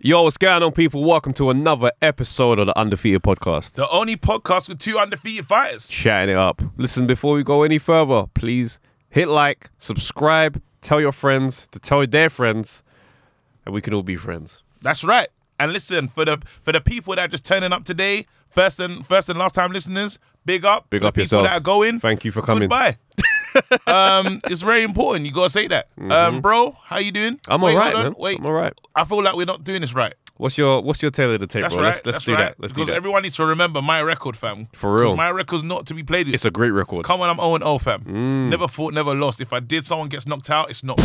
Yo, what's going on, people? Welcome to another episode of the Undefeated Podcast. The only podcast with two undefeated fighters. Chatting it up. Listen, before we go any further, please hit like, subscribe, tell your friends to tell their friends, and we can all be friends. That's right. And listen, for the for the people that are just turning up today, first and first and last time listeners, big up. Big for up the people yourselves. that are going. Thank you for coming. Goodbye. um, it's very important. You gotta say that. Um, bro, how you doing? Mm-hmm. I'm Wait, all right, hold on. man. Wait, I'm all right. I feel like we're not doing this right. What's your What's your tail of the tape, That's bro? right. Let's, let's That's do right. that. Let's because do that. everyone needs to remember my record, fam. For real. 'Cause My record's not to be played with. it's a Mm. great record. Come on, I'm 0 0, fam. Never fought, never lost. If I did, someone gets knocked out, it's not.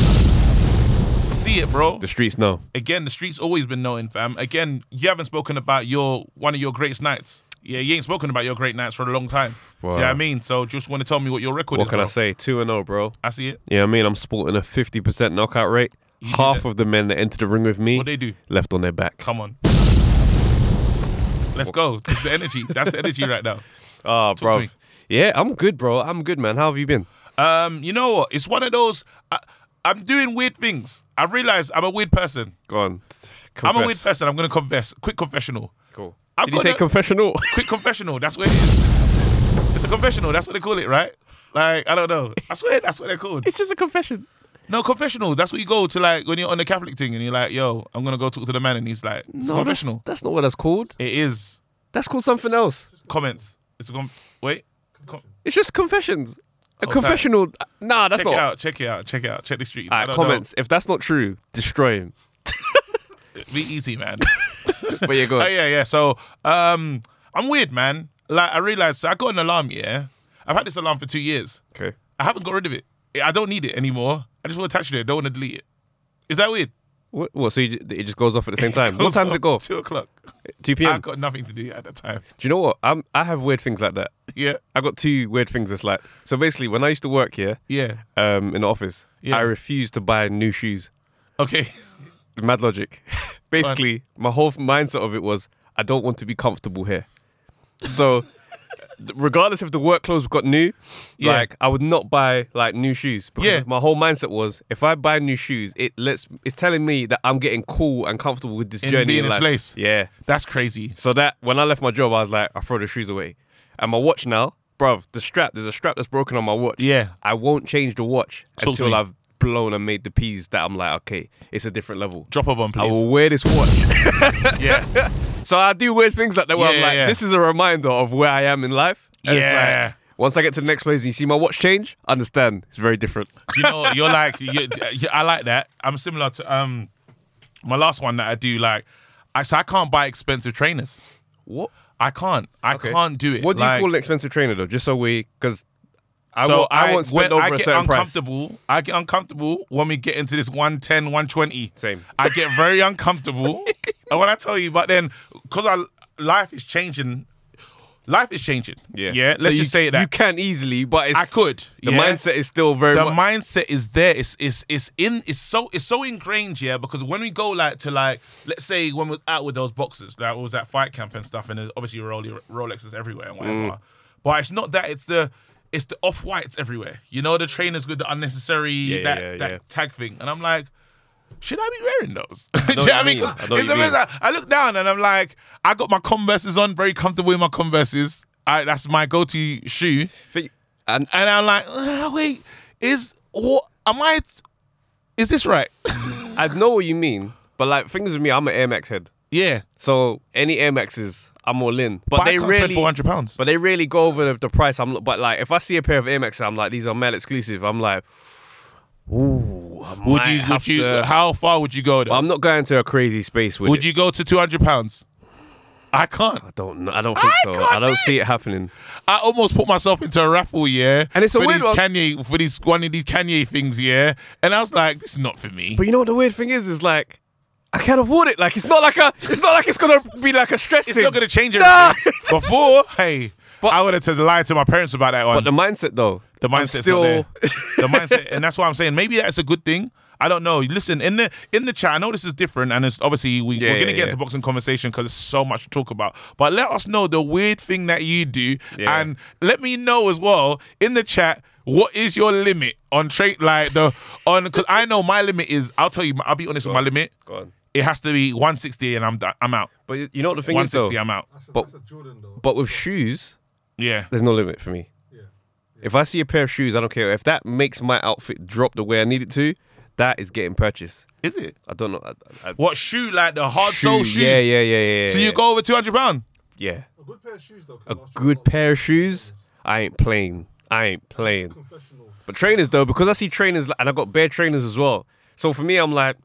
See it, bro. The streets know. again, the streets always been knowing, fam. Again, you haven't spoken about your one of your greatest nights. Yeah, you ain't spoken about your great nights for a long time. Wow. See what I mean? So just want to tell me what your record is. What can I bro. say? 2 and 0, bro. I see it. You know what I mean? I'm sporting a 50% knockout rate. Half of the men that entered the ring with me What they do? left on their back. Come on. Let's go. That's the energy. That's the energy right now. Oh, bro. me. Yeah, I'm good, bro. I'm good, man. How have you been? Um, you know what? It's one of those. I, I'm doing weird things. I realize I'm a weird person. Go on. I'm a weird person. I'm gonna confess. Quick confessional. Cool. I've Did you got say a- confessional? Quick confessional. That's what it is. It's a confessional. That's what they call it, right? Like I don't know. I swear that's what they're called. it's just a confession. No, confessionals. That's what you go to like when you're on the Catholic thing and you're like, yo, I'm gonna go talk to the man and he's like, it's a confessional. That's, not what that's called. It is That's called something else. comments. It's a com- wait. Com- It's just confessions. A Oh, tight. confessional. Nah, that's check not. it out, check it out, check it out, check the streets. I Alright, don't comments. If that's not true, destroy him. Know. Be easy, man. but yeah, go oh on. yeah, yeah. So um I'm weird, man. Like I realized so I got an alarm, yeah. I've had this alarm for two years. Okay. I haven't got rid of it. I don't need it anymore. I just want to attach it. I don't want to delete it. Is that weird? What, what? So you, ju- it just goes off at the same time. what time does it go? Two o'clock. 2 I p.m. got nothing to do at that time. Do you know what? I'm, I have weird things like that. Yeah, I got two weird things that's like. So basically, when I used to work here yeah. um, in the office, Yeah. I refused to buy new shoes. Okay. Mad logic. Basically, my whole mindset of it was I don't want to be comfortable here. So, th- regardless if the work clothes got new, Yeah. like I would not buy like new shoes because Yeah. my whole mindset was if I buy new shoes, it lets it's telling me that I'm getting cool and comfortable with this In journey being in this life. place. Yeah. That's crazy. So that when I left my job, I was like, I throw the shoes away, and my watch now, bruv, the strap. There's a strap that's broken on my watch. Yeah. I won't change the watch Talk to until me. I've blown and made the peas that I'm like, okay, it's a different level. Drop a bomb, I please. will wear this watch. Yeah. so I do weird things like that where I'm Yeah, like, yeah. this is a reminder of where I am in life. And it's Yeah. like, once I get to the next place and you see my watch change, understand it's very different. you know, you're like, you you- I like that. I'm similar to um, my last one that I do. Like, I so I can't buy expensive trainers. What? I can't. I can't do it. What do Like, you call an expensive trainer though? Just so we, because I, so won't, I, won't spend when over I a get certain price. uncomfortable. I get uncomfortable when we get into this 110, 120. Same. I get very uncomfortable. and when I tell you, but then because I life is changing. Life is changing. Yeah. So Let's you- just say you that. can easily, but it's, I could. The yeah? mindset is still very. the much, mindset is there. It's it's it's in it's so it's so ingrained, yeah. Because when we go like to like let's say when we're out with those boxers, like we was at fight camp and stuff, and there's obviously Rolex, Rolexes everywhere Mm. and whatever. But it's not that. It's the it's the off whites everywhere. You know the trainers with the unnecessary yeah, that yeah, that yeah. tag thing, and I'm like. Should I be wearing those? Do you know what what I you mean? mean. 'Cause I know what it's you mean. amazing. I look down and I'm like, I got my Converse's on, very comfortable in my Converse's. I, that's my go-to shoe Think- and and I'm like, "Ah, wait, is what am I? Is this right? I know what you mean, but like things with me, I'm an Air Max head. yeah, So any Air Maxes, I'm all in. But, but I they can't really, spend four hundred pounds. but they really go over the, the price. I'm, but like if I see a pair of Air Maxes, I'm like, these are mad exclusive. I'm like, ooh, I Would might you? have Would you? to- How far would you go? Though? I'm not going to a crazy space with Would it. you go to two hundred pounds? I can't. I don't. know. I don't think so. can't I don't do see it happening. I almost put myself into a raffle, yeah, And it's a for weird these one. Kanye for these one of these Kanye things, yeah. And I was like, this is not for me. But you know what the weird thing is? Is like I can't afford it. Like it's not like a. It's not like it's gonna be like a stress. It's not gonna change Nah. everything. Before, hey, I would have to lie to my parents about that one. But the mindset though. The I'm mindset's still. not there. The mindset, and that's why I'm saying maybe that's a good thing. I don't know. Listen, in the in the chat, I know this is different, and it's obviously we, Yeah, we're gonna yeah, get yeah. into boxing conversation because there's so much to talk about. But let us know the weird thing that you do, Yeah. and let me know as well in the chat. What is your limit on trade? Like the on because I know my limit is. I'll tell you. I'll be honest with my limit. Go on. It has to be 160 and I'm done. I'm out. But you you know what the thing is though. 160, I'm out. That's a, But- that's a Jordan though. But with shoes, Yeah. there's no limit for me. yeah. If I see a pair of shoes, I don't care. If that makes my outfit drop the way I need it to, that is getting purchased. Is it? I don't know. I, I, What shoe? Like the hard sole shoes. Yeah, yeah, yeah, yeah. So yeah, you go over 200 pound. Yeah. A good pair of shoes though. A good pair of shoes, I ain't playing. I ain't playing. Professional. But trainers though, because I see trainers like- and I got bare trainers as well. So for me, I'm like,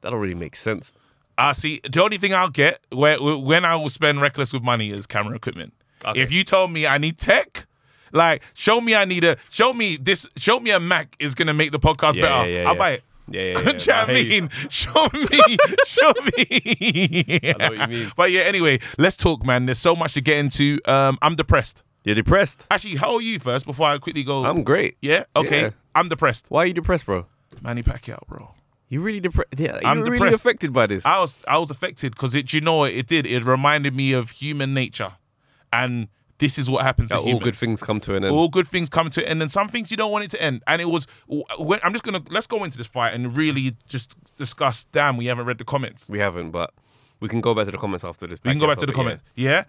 that don't really make sense. I Ah, see. The only thing I'll get where when I will spend reckless with money is camera equipment. Okay. If you told me I need tech, like show me I need a show me this show me a Mac is gonna make the podcast Yeah, better. yeah, yeah, I'll yeah. buy it. Yeah, yeah, Do yeah. you know what I I hear you. mean? Show me, show me. I know what you mean. But yeah, anyway, let's talk, man. There's so much to get into. Um, I'm depressed. You're depressed. Actually, how are you first? Before I quickly go. I'm great. yeah. Okay. Yeah. I'm depressed. Why are you depressed, bro? Manny Pacquiao, bro. You really depressed? Yeah, I'm you're really depressed. affected by this. I was I was affected because it. You know what it did? It reminded me of human nature, and this is what happens That to all humans. good things come to an end. All good things come to an end, and some things you don't want it to end. And it was. When, I'm just gonna let's go into this fight and really just discuss. Damn, we haven't read the comments. We haven't, but we can go back to the comments after this. We can go back to the comments. Yeah.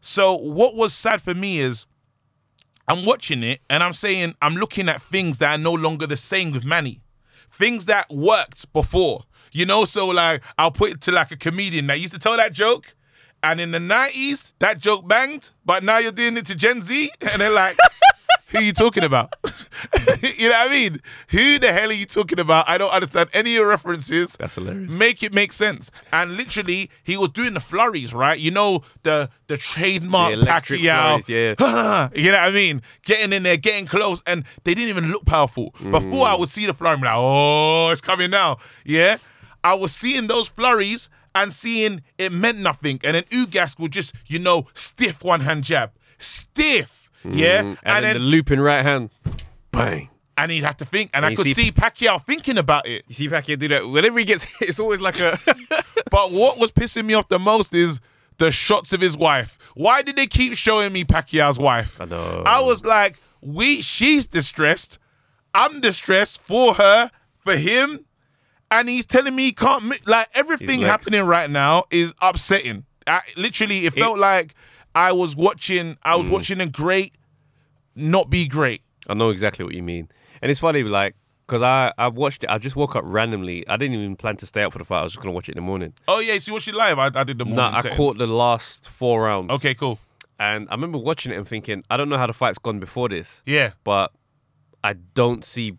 So what was sad for me is I'm watching it and I'm saying I'm looking at things that are no longer the same with Manny. Things that worked before. You know, so like I'll put it to like a comedian that used to tell that joke. And in the 90s, that joke banged, but now you're doing it to Gen Z, and they're like, who you talking about? you know what I mean? Who the hell are you talking about? I don't understand any of your references. That's hilarious. Make it make sense. And literally, he was doing the flurries, right? You know the the trademark The electric Pacquiao. flurries, yeah. you know what I mean? Getting in there, getting close, and they didn't even look powerful. Before Mm. I would see the flurry, I'm like, oh, it's coming now. Yeah. I was seeing those flurries and seeing it meant nothing. And then Ugas would just, you know, stiff one hand jab. Stiff. Yeah. Mm. And, then, the looping right hand, bang. and he'd have to think. And, I you could see- see Pacquiao thinking about it. You see Pacquiao do that whenever he gets. hit, It's always like a. But what was pissing me off the most is the shots of his wife. Why did they keep showing me Pacquiao's wife? I know. I was like, we she's distressed. I'm distressed for her, for him, and he's telling me he can't mi- like everything legs. happening right now is upsetting. I, literally, it felt like I was watching I was watching a great not be great. I know exactly what you mean, and it's funny, like, cause I I watched it. I just woke up randomly. I didn't even plan to stay up for the fight. I was just gonna watch it in the morning. Oh yeah, so you watched it live. I, I did the morning. No, I settings. caught the last four rounds. Okay, cool. and I remember watching it and thinking, I don't know how the fight's gone before this. Yeah. but I don't see.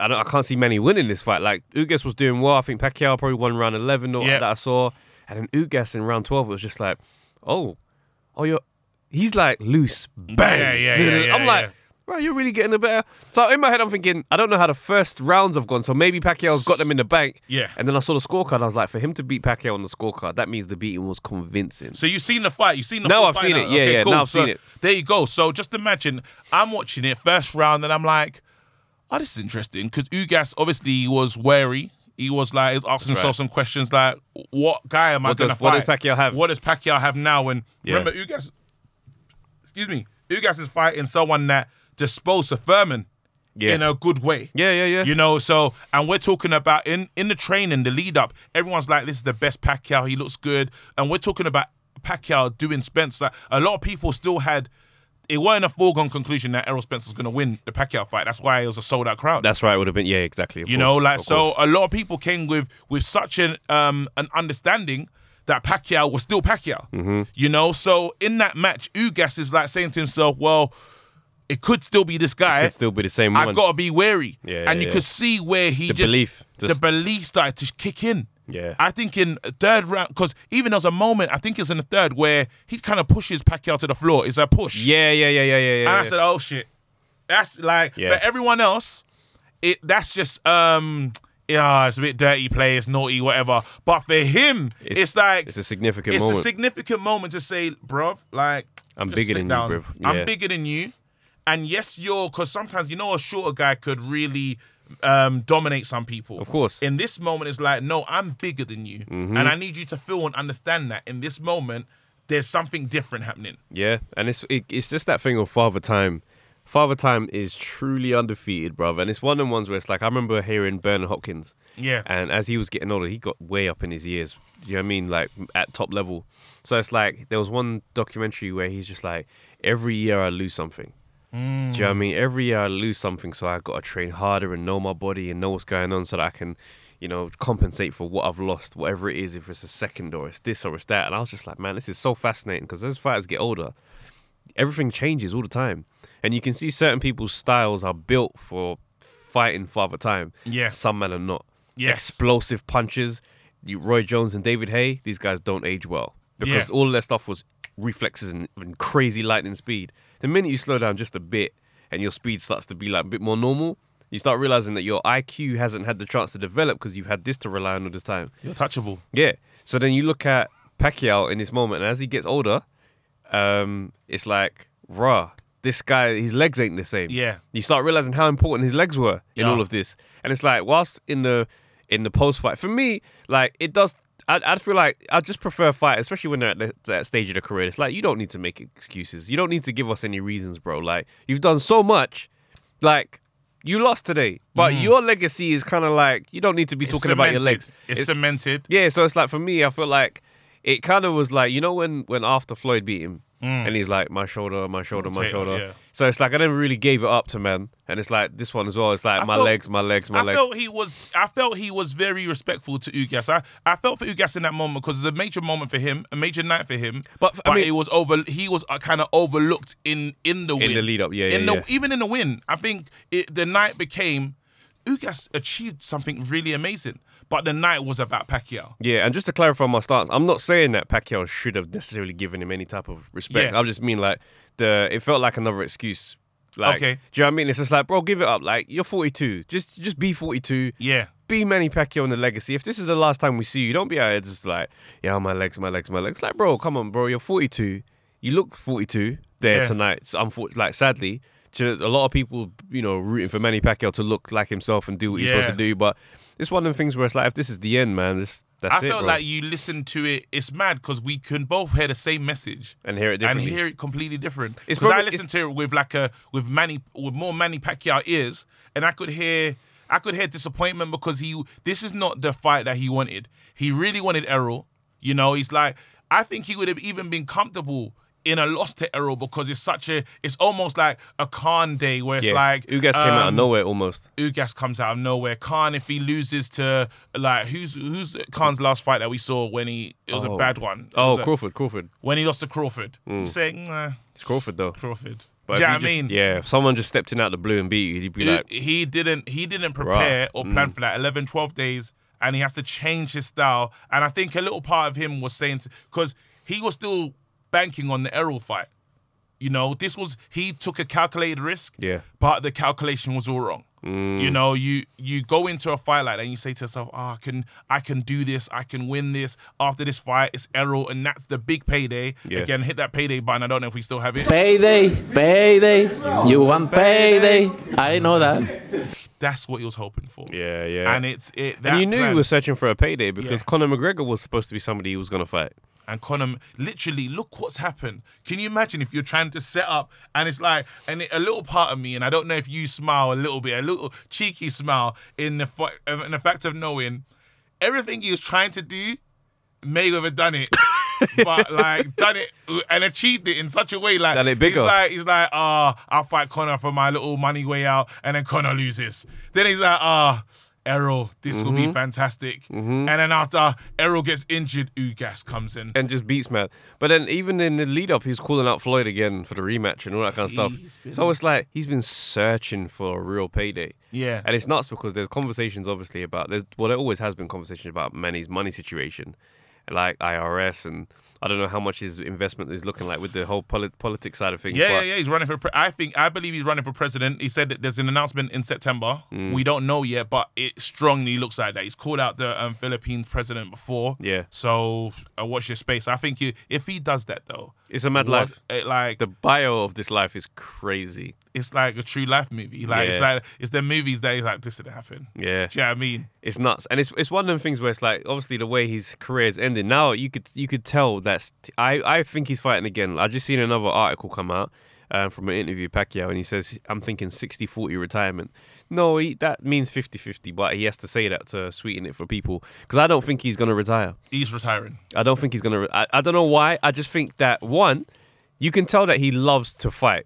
I, don't, I can't see Manny winning this fight. Like Ugas was doing well. I think Pacquiao probably won round eleven or Yeah. that I saw, and then Ugas in round twelve it was just like, oh, oh you're. He's like loose, bang. Yeah, yeah, yeah, yeah, I'm like, yeah. bro, you're really getting the better. So in my head, I'm thinking, I don't know how the first rounds have gone. So maybe Pacquiao's got them in the bank. Yeah. And then I saw the scorecard. I was like, for him to beat Pacquiao on the scorecard, that means the beating was convincing. So you've seen the fight. You've seen the No, full I've fight seen now. it. Yeah, okay, yeah, Cool. no, I've So seen it. There you go. So just imagine I'm watching it first round, and I'm like, "Oh, this is interesting." Because Ugas obviously was wary. He was like, he was asking himself some questions like, "What guy am I What going to does- fight? what does Pacquiao have?" What does Pacquiao have now?" And Yeah. remember, Ugas, excuse me, Ugas is fighting someone that disposed of Furman Yeah. in a good way. yeah, yeah, yeah. You know, so and we're talking about in in the training, the lead up. Everyone's like, "This is the best Pacquiao. He looks good," and we're talking about Pacquiao doing Spence. Like a lot of people still had. It weren't a foregone conclusion that Errol Spence was going to win the Pacquiao fight. That's why it was a sold out crowd. That's right. It would have been. Yeah, exactly. of you course, know, like of so course. a lot of people came with with such an um an understanding that Pacquiao was still Pacquiao. Mm-hmm. You know, so in that match, Ugas is like saying to himself, "Well, it could still be this guy. Could still be the same I one. gotta be wary. Yeah, and yeah, you yeah. could see where he The just belief, just- the belief started to kick in. Yeah. I think in third round because even there was a moment I think it's in the third where he kind of pushes Pacquiao to the floor. It's a push. Yeah, yeah, yeah, yeah, yeah, yeah. and I yeah. said, oh shit, that's like Yeah. for everyone else, it that's just um yeah it's a bit dirty play, it's naughty, whatever. But for him, it's, like it's a significant it's moment. a significant moment to say, bruv, like I'm just bigger than sit you, down. bruv. Yeah. I'm bigger than you. And yes, you're because sometimes you know a shorter guy could really um, dominate some people. Of course. Mm-hmm. In this moment, it's like, no, I'm bigger than you, and I need you to feel and understand that. In this moment, there's something different happening. yeah, and it's it, it's just that thing of father time. Father Time is truly undefeated, brother. And it's one of the ones where it's like I remember hearing Bernard Hopkins. Yeah. And as he was getting older, he got way up in his years. You know what I mean? Like at top level. So it's like there was one documentary where he's just like, every year I lose something. Do you know what I mean? Every year I lose something, so I got to train harder and know my body and know what's going on, so that I can, you know, compensate for what I've lost, whatever it is, if it's a second or it's this or it's that. And I was just like, man, this is so fascinating because as fighters get older, everything changes all the time, and you can see certain people's styles are built for fighting father time. Yes. some men are not. Yes. explosive punches. You, Roy Jones and David Hay, these guys don't age well because Yeah. all of their stuff was reflexes and, and crazy lightning speed. The minute you slow down just a bit and your speed starts to be like a bit more normal, you start realizing that your IQ hasn't had the chance to develop because you've had this to rely on all this time. You're touchable. Yeah. So then you look at Pacquiao in this moment, and as he gets older, um, it's like, rah, this guy, his legs ain't the same. Yeah. You start realizing how important his legs were in Yeah. all of this, and it's like, whilst in the in the post fight, for me, like it does. I, I feel like I just prefer fight, especially when they're at the, that stage of the career. It's like you don't need to make excuses. You don't need to give us any reasons, bro. Like you've done so much, like you lost today, but your legacy is kind of like you don't need to be talking about your legs. Mm. It's, It's- cemented. yeah, so it's like for me, I feel like it kind of was like you know when when after Floyd beat him and he's like my shoulder, my shoulder, my Potato, shoulder. Mm. yeah. So it's like I never really gave it up to man, and it's like this one as well. It's like my felt- legs, my legs, my I legs. felt he was. I felt he was very respectful to Ugas. I, I felt for Ugas in that moment because it's a major moment for him, a major night for him. But, I but mean- it was over. He was uh, kind of overlooked in in the win. the lead up, yeah, In yeah, the yeah. even in the win, I think it, the night became Ugas achieved something really amazing. But the night was about Pacquiao. yeah, and just to clarify my stance, I'm not saying that Pacquiao should have necessarily given him any type of respect. Yeah. I just mean like the it felt like another excuse. Like, Okay. do you know what I mean? It's just like, bro, give it up. Like, you're 42. Just, just be 42. Yeah. be Manny Pacquiao in the legacy. If this is the last time we see you, don't be out here just like, yeah, my legs, my legs, my legs. Like, bro, come on, bro. You're 42. You look 42 there Yeah. tonight. So unfortunately, like, sadly, to a lot of people, you know, rooting for Manny Pacquiao to look like himself and do what he's Yeah. supposed to do. But it's one of the things where it's like, if this is the end, man, this, that's I it, felt bro. like you listened to it. It's mad because we can both hear the same message and hear it and differently. hear it completely different. It's Because probably- I listened to it with like a with Manny with more Manny Pacquiao ears, and I could hear I could hear disappointment because he this is not the fight that he wanted. He really wanted Errol. You know, he's like I think he would have even been comfortable in a loss to Errol because it's such a it's almost like a Khan day where it's yeah. like Ugas came out of um, nowhere almost. Ugas comes out of nowhere. Khan, if he loses to like who's who's Khan's last fight that we saw when he it was Oh. a bad one. It Oh, was a- Crawford, Crawford. when he lost to Crawford, you say nah, It's Crawford, though. Crawford. Mm. But Do you if know you what I just- mean? Yeah, if someone just stepped in out the blue and beat you, he'd be Who- like, mm. he didn't he didn't prepare or plan for that 11 12 days and he has to change his style and i think a little part of him was saying because he was still banking on the errol fight you know this was he took a calculated risk Yeah. Mm. but the calculation was all wrong you know you you go into a fight like that and you say to yourself oh, i can i can do this i can win this after this fight it's errol and that's the big payday Yeah. again hit that payday button i don't know if we still have it Payday, payday, you want payday. I know that. that's what he was hoping for yeah, yeah. and it's it that And you knew plan- he was searching for a payday because Yeah. Conor McGregor was supposed to be somebody he was going to fight. and Conor, literally, look what's happened. Can you imagine if you're trying to set up and it's like, and it- a little part of me, and I don't know if you smile a little bit, a little cheeky smile in the fa- in the fact of knowing everything he was trying to do, Mayweather done it, but like done it and achieved it in such a way like Done it bigger. He's like he's like, ah, I'll fight Conor for my little money way out, and then Conor loses. Then he's like, ah. Errol, this will Mm-hmm. be fantastic. And then after Errol gets injured, Ugas comes in. And just beats man. But then even in the lead up, he was calling out Floyd again for the rematch and all that kind of stuff. He's been- So it's like he's been searching for a real payday. Yeah. And it's nuts because there's conversations obviously about there's well there always has been conversations about Manny's money situation, like IRS and I don't know how much his investment is looking like with the whole polit- politics side of things. Yeah, but yeah, yeah. He's running for. Pre- I think I believe he's running for president. He said that there's an announcement in September. Mm. We don't know yet, but it strongly looks like that. He's called out the um, Philippines president before. Yeah. So uh, watch your space. I think you, if he does that though, It's a mad what- life. it, like The bio of this life is crazy. it's like a true life movie. Like it's Yeah. like it's the movies that he's like this didn't happen. Yeah. Do you know what I mean? It's nuts, and it's it's one of them things where it's like obviously the way his career is ending now, you could you could tell that's I I think he's fighting again. I just seen another article come out um, from an interview with Pacquiao, and he says, "I'm thinking 60-40 retirement." No, he, that means 50-50, but he has to say that to sweeten it for people because I don't think he's gonna retire. He's retiring. I don't think he's gonna. Re- I, I don't know why. I just think that one, you can tell that he loves to fight.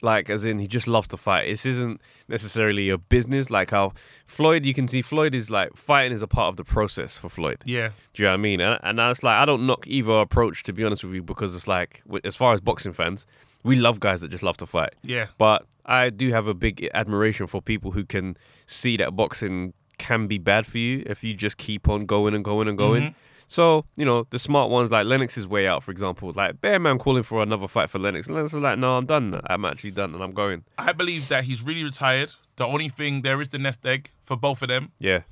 Like as in he just loves to fight. This isn't necessarily a business. Like how Floyd, you can see Floyd is like fighting is a part of the process for Floyd. Yeah. Do you know what I mean? And, and now it's like I don't knock either approach to be honest with you because it's like w- as far as boxing fans, we love guys that just love to fight. Yeah. But I do have a big admiration for people who can see that boxing can be bad for you if you just keep on going and going and Mm-hmm. going. So, you know, the smart ones like Lennox's way out, for example, like Bear Man calling for another fight for Lennox. And Lennox was like, no, I'm done. I'm actually done and I'm going. I believe that he's really retired. The only thing there is the nest egg for both of them. Yeah.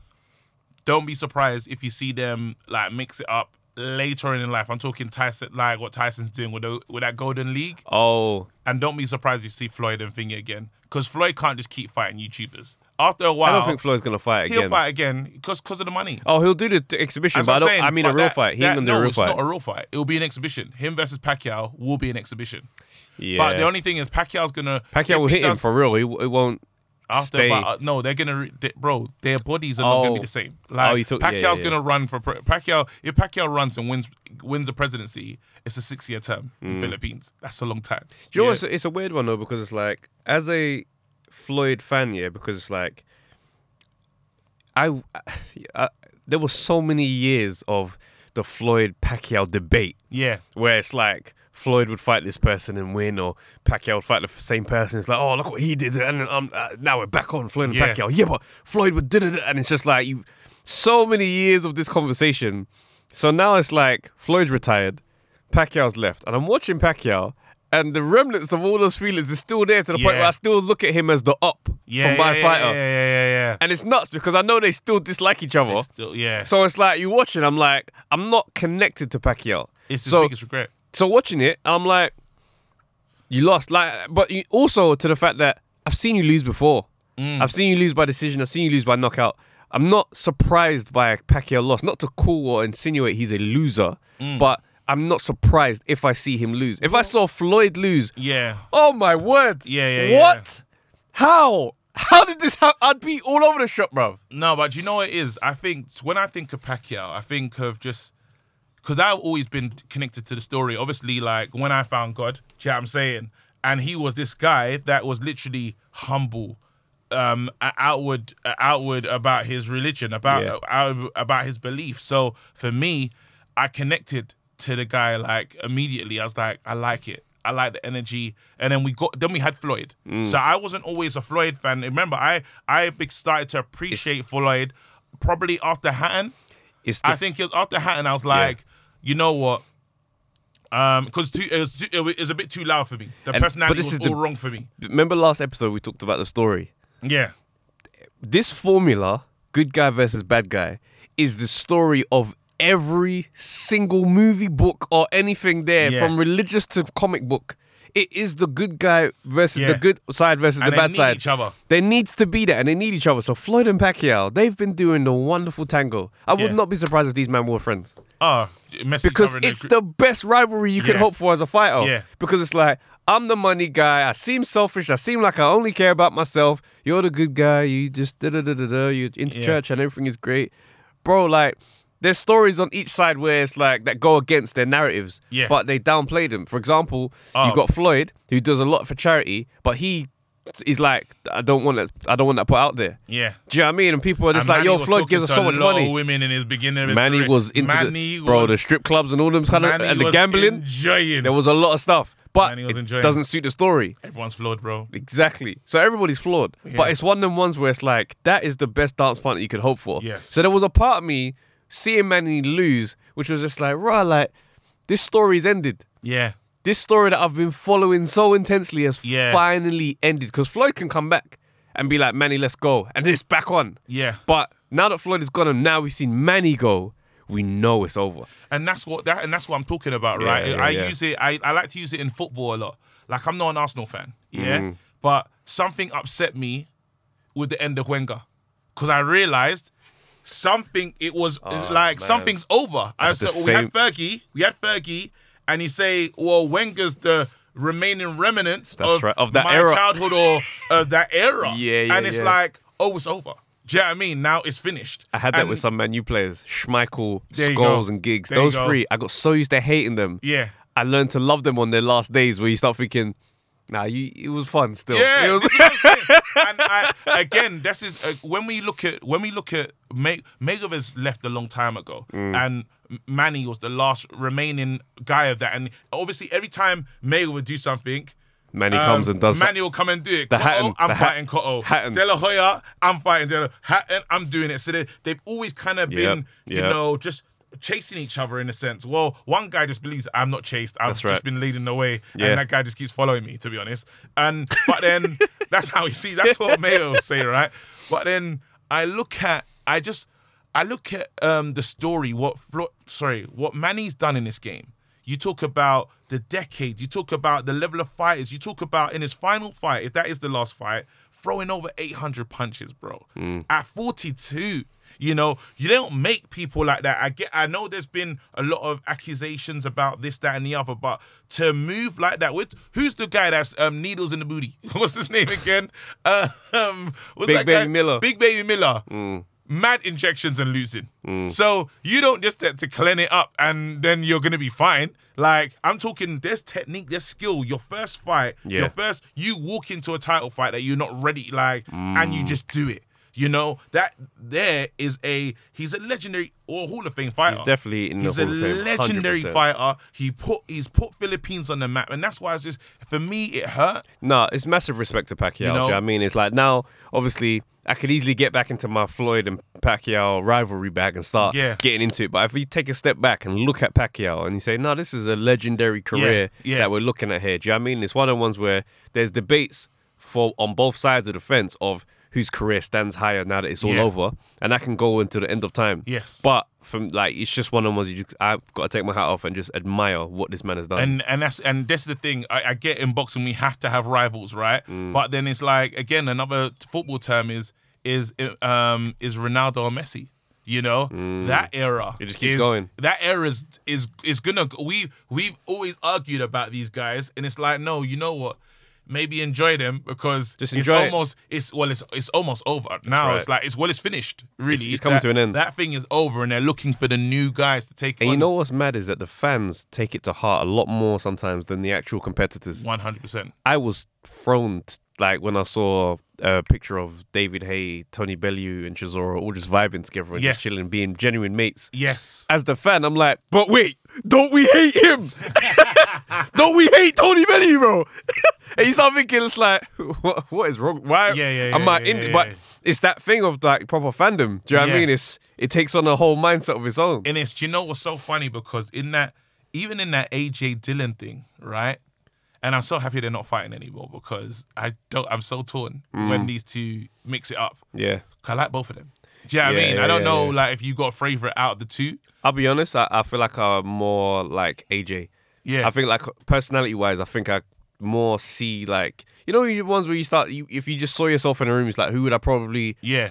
Don't be surprised if you see them like mix it up later in life. I'm talking Tyson, like what Tyson's doing with the, with that Golden League, Oh, and don't be surprised if you see Floyd and Thingy again, because Floyd can't just keep fighting YouTubers. After a I while, don't think Floyd's going to fight he'll again. fight again because because of the money. Oh, he'll do the t- exhibition, That's but I what don't. I'm saying, I mean, a but real that- fight. He that- ain't gonna do no, a real it's fight. not a real fight. It'll be an exhibition. Him versus Pacquiao will be an exhibition. yeah. But the only thing is Pacquiao's gonna Pacquiao if will he hit him does- for real. He, w- it won't after stay. about uh, no, they're gonna re- they- bro. Their bodies are not gonna Oh. be the same. Like you took- yeah, Pacquiao's yeah, yeah. gonna run for pre- Pacquiao. If Pacquiao runs and wins wins the presidency, it's a six year term in Philippines. That's a long time. Do Mm. you know Yeah. what, it's, it's a weird one though because it's like as a Floyd fan, yeah, because it's like I, I there were so many years of the Floyd Pacquiao debate Yeah, where it's like Floyd would fight this person and win, or Pacquiao would fight the same person. It's like, oh, look what he did, and um, uh, now we're back on Floyd and Yeah. Pacquiao. Yeah, but Floyd would did it, and it's just like you. So many years of this conversation, so now it's like Floyd's retired, Pacquiao's left, and I'm watching Pacquiao, and the remnants of all those feelings is still there to the point Yeah. where I still look at him as the up yeah, from my yeah, yeah, fighter, Yeah, yeah, yeah. yeah. and it's nuts because I know they still dislike each other. Still, yeah. So it's like you watching, I'm like, I'm not connected to Pacquiao. it's his so biggest regret. so watching it, I'm like, you lost. Like, but you, also to the fact that I've seen you lose before. I've seen you lose by decision. I've seen you lose by knockout. I'm not surprised by a Pacquiao loss. Not to call or insinuate he's a loser, but I'm not surprised if I see him lose. If I saw Floyd lose, Yeah, oh my word! Yeah, yeah, What? How? How did this happen? I'd be all over the shop, bruv. No, but do you know what it is? I think when I think of Pacquiao, I think of just because I've always been connected to the story. Obviously, like when I found God, do you know what I'm saying? And he was this guy that was literally humble, um, uh, outward, uh, outward about his religion, about uh, Yeah. out- about his belief. So for me, I connected to the guy like immediately. I was like, I like it. I like the energy. And then we got then we had Floyd. So I wasn't always a Floyd fan. Remember, I I big- started to appreciate Floyd probably after Hatton. It's I think it was after Hatton. I was like, you know what? Um, because too it was, too, it was it was a bit too loud for me. The And- but personality this was is all the- wrong for me. Remember last episode we talked about the story. Yeah, this formula, good guy versus bad guy, is the story of every single movie, book, or anything there, Yeah. from religious to comic book. It is the good guy versus Yeah. the good side versus And the they bad need side. each other. There needs to be that, and they need each other. So Floyd and Pacquiao, they've been doing the wonderful tango. I would Yeah. not be surprised if these men were friends oh, Messi because covering it's gr- the best rivalry you can Yeah. hope for as a fighter. Yeah. Because it's like I'm the money guy. I seem selfish. I seem like I only care about myself. You're the good guy. You just da da da da da. You're into Yeah. church and everything is great, bro. Like there's stories on each side where it's like that go against their narratives. Yeah. But they downplay them. For example, Oh. you got Floyd who does a lot for charity, but he is like I don't want that. I don't want that put out there. yeah. Do you know what I mean? And people are just And like, Manny yo, was Floyd talking gives us to so a much lot money. Of women in his beginning of his Manny career. was into Manny the bro was- the strip clubs and all them kind of Manny and the was gambling. enjoying. There was a lot of stuff, but Manny was it enjoying. doesn't suit the story Everyone's flawed, bro. exactly. So everybody's flawed, but it's one of them ones where it's like that is the best dance partner you could hope for. Yes. So there was a part of me seeing Manny lose, which was just like, right, like this story's ended. Yeah, This story that I've been following so intensely has Yeah. finally ended because Floyd can come back and be like, Manny, let's go, and it's back on. yeah. But now that Floyd is gone and now we've seen Manny go, we know it's over. and that's what that and that's what I'm talking about, right? yeah, I yeah. use it. I, I like to use it in football a lot. Like I'm not an Arsenal fan, yeah, Mm-hmm. but something upset me with the end of Wenger because I realized something. It was like Oh, man. something's over. I, the so we had same- Fergie, we had Fergie, and he say, "Well, Wenger's the remaining remnants That's of, right, of that my era. childhood or of that era. Yeah, yeah, And it's yeah. like, oh, it's over. Do you know what I mean? Now it's finished. I had that And- with some Man U players, Schmeichel, There you Scholes, go. and Giggs. There you Those go. three, I got so used to hating them. Yeah. I learned to love them on their last days, where you start thinking, "Nah, you, it was fun still." Yeah, It was- you see what I'm saying? and I, again, this is uh, when we look at when we look at May, Mayweather's left a long time ago, Mm. and Manny was the last remaining guy of that. And obviously, every time Mayweather do something. um, Manny comes and does. Manny will come and do it. The Cotto, Hatton, I'm the Hat- fighting Cotto. Hatton. De La Hoya, I'm fighting De La Hatton, I'm doing it. So they, they've always kind of been, you yep. know, just chasing each other in a sense. Well, one guy just believes I'm not chased. I've That's just right. been leading the way. Yeah. And that guy just keeps following me, to be honest. And but then that's how you see that's what Mayo will say, right? But then I look at I just I look at um the story, what Flo- sorry, what Manny's done in this game. You talk about the decades, you talk about the level of fighters, you talk about in his final fight, if that is the last fight, throwing over 800 punches, bro. At 42, you know, you don't make people like that. I get I know there's been a lot of accusations about this, that, and the other, but to move like that with who's the guy that's um needles in the booty? What's his name again? Uh, um what's Big that guy? Baby Miller. Big Baby Miller. Mm. Mad injections and losing. So you don't just have to clean it up and then you're gonna be fine. Like I'm talking, there's technique, there's skill. Your first fight, Yeah. your first, you walk into a title fight that you're not ready, like, and Mm. you just do it. You know that there is a he's a legendary or Hall of Fame fighter. definitely in the He's Hall a of Fame, legendary 100%. fighter. He put he's put Philippines on the map, and that's why it's just for me it hurt. No, it's massive respect to Pacquiao. do You know? know? what I mean? It's like now, obviously, I could easily get back into my Floyd and Pacquiao rivalry bag and start Yeah. getting into it. But if you take a step back and look at Pacquiao and you say, no, this is a legendary career yeah. that we're looking at here. Do you know what I mean? It's one of the ones where there's debates for on both sides of the fence of whose career stands higher now that it's all Yeah. over. And that can go into the end of time. Yes. But from like it's just one of the ones you just I've got to take my hat off and just admire what this man has done. And and that's and this is the thing. I, I get in boxing we have to have rivals, right? Mm. But then it's like again another t- football term is is um is Ronaldo or Messi. You know that era. Mm. It just keeps is- going. That era is is is gonna. We we've always argued about these guys, and it's like no, you know what? Maybe enjoy them because Just it's enjoy it. almost it's well it's it's almost over now. right. It's like it's well it's finished. Really, it's come That- to an end. That thing is over, and they're looking for the new guys to take. And you know what's mad is that the fans take it to heart a lot more sometimes than the actual competitors. one hundred percent. I was thrown t- like when I saw a picture of David Hay, Tony Bellew, and Chisora all just vibing together and Yes. just chilling, being genuine mates. Yes. As the fan, I'm like, but wait, don't we hate him? don't we hate Tony Bellew, bro? and you start thinking, it's like, what, what is wrong? Why Yeah, yeah, am yeah, I yeah, in? yeah, But yeah. it's that thing of like proper fandom. Do you know what Yeah. I mean? It's it takes on a whole mindset of its own. And it's do you know what's so funny because in that even in that AJ Dillon thing, right? And I'm so happy they're not fighting anymore because I don't I'm so torn Mm. when these two mix it up. yeah. 'Cause I like both of them. Do you know what Yeah, I mean? I yeah, don't yeah, know yeah. like if you got a favourite out of the two. I'll be honest. I, I feel like I'm more like AJ. Yeah. I think like personality wise, I think I more see like you know the ones where you start. You, if you just saw yourself in a room, it's like who would I probably Yeah.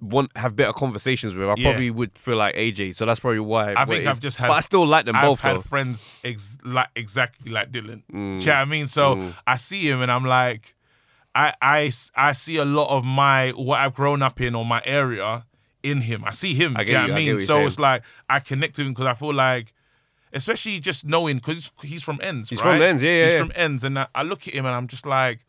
want have better conversations with? I Yeah. probably would feel like AJ. So that's probably why. I what think it I've is. just had But I still like them I've both had though. Mm. friends ex- like exactly like Dylan. Do you know what I mean? So I see him and I'm like, I, I I see a lot of my what I've grown up in or my area in him. I see him. I get do you you, know what I get I mean? what you're so saying. it's like I connect to him because I feel like, especially just knowing because he's from ends. He's from right? Ends, yeah, yeah, He's yeah. from ends, and I, I look at him and I'm just like,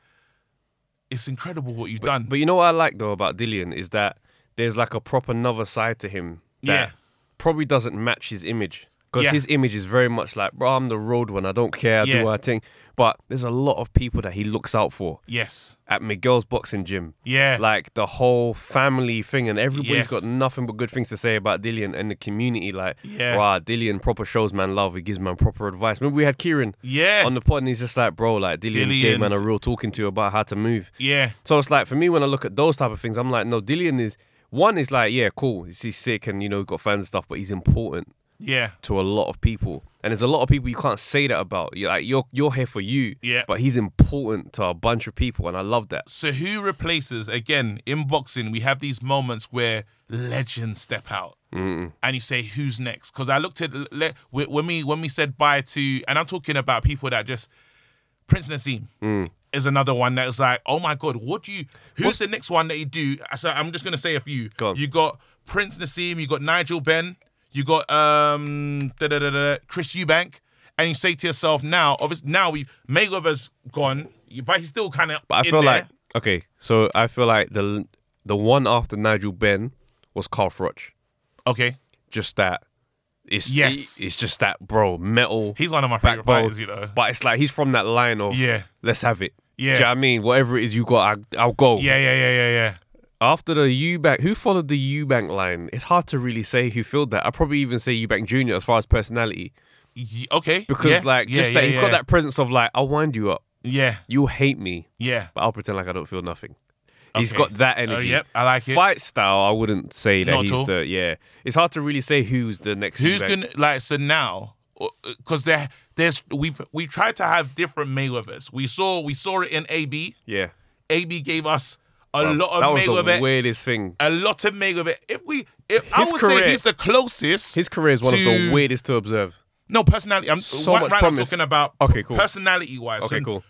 it's incredible what you've done. But you know what I like though about Dillian is that there's like a proper another side to him that Yeah. probably doesn't match his image. Because Yeah. his image is very much like, bro, I'm the road one. I don't care. I Yeah. do what I think. But there's a lot of people that he looks out for. yes, at Miguel's boxing gym. Yeah. Like the whole family thing, and everybody's Yes. got nothing but good things to say about Dillian and the community. Like, Yeah. wow, Dillian proper shows man love. He gives man proper advice. Remember, we had Kieran Yeah. on the pod, and he's just like, bro, like Dillian gave man a Dillian's- real talking to about how to move. yeah, So it's like for me when I look at those type of things, I'm like, no, Dillian is one is like, yeah, cool, he's he's sick and you know got fans and stuff, but he's important yeah. to a lot of people. And there's a lot of people you can't say that about. You're like you're you're here for you, Yeah. but he's important to a bunch of people, and I love that. So who replaces again in boxing? We have these moments where legends step out, and you say who's next? Because I looked at le- when we when we said bye to, and I'm talking about people that just Prince Nassim Mm. is another one that is like, oh my god, what do you? Who's the next one that you do? So I'm just gonna say a few. Go on. You got Prince Nassim, you got Nigel Ben, you got um da, da, da, da, Chris Eubank, and you say to yourself now, obviously now we Mayweather's gone, but he's still kind of. But I feel like okay, so I feel like the the one after Nigel Ben was Carl Froch. okay, Just that. It's Yes. it's just that, bro. Metal. he's one of my favorite backbone. fighters, you know. But it's like he's from that line of Yeah. let's have it. Yeah. Do you know what I mean? Whatever it is you got, I, I'll go. Yeah, yeah, yeah, yeah, yeah. After the Eubank, who followed the Eubank line? It's hard to really say who filled that. I'd probably even say Eubank Jr. as far as personality. Ye- okay. Because, yeah, like, yeah, just yeah, that he's yeah. got that presence of, like, I'll wind you up. Yeah, You'll hate me, yeah. but I'll pretend like I don't feel nothing. He's Okay. got that Oh, energy. yep, I like it. Fight style, I wouldn't say that Not at all. he's the, yeah. It's hard to really say who's the next Who's Eubank. gonna like so now? Because there, there's we've we tried to have different Mayweather's. We saw we saw it in AB. Yeah. AB gave us a Bruv, lot that of was the Mayweather. weirdest thing. a lot of Mayweather. If we, if I His would career- say he's the closest. His career is one of the to- weirdest to observe. No personality. I'm So right, much right now I'm promise. talking about Okay, cool. personality wise. Okay, cool.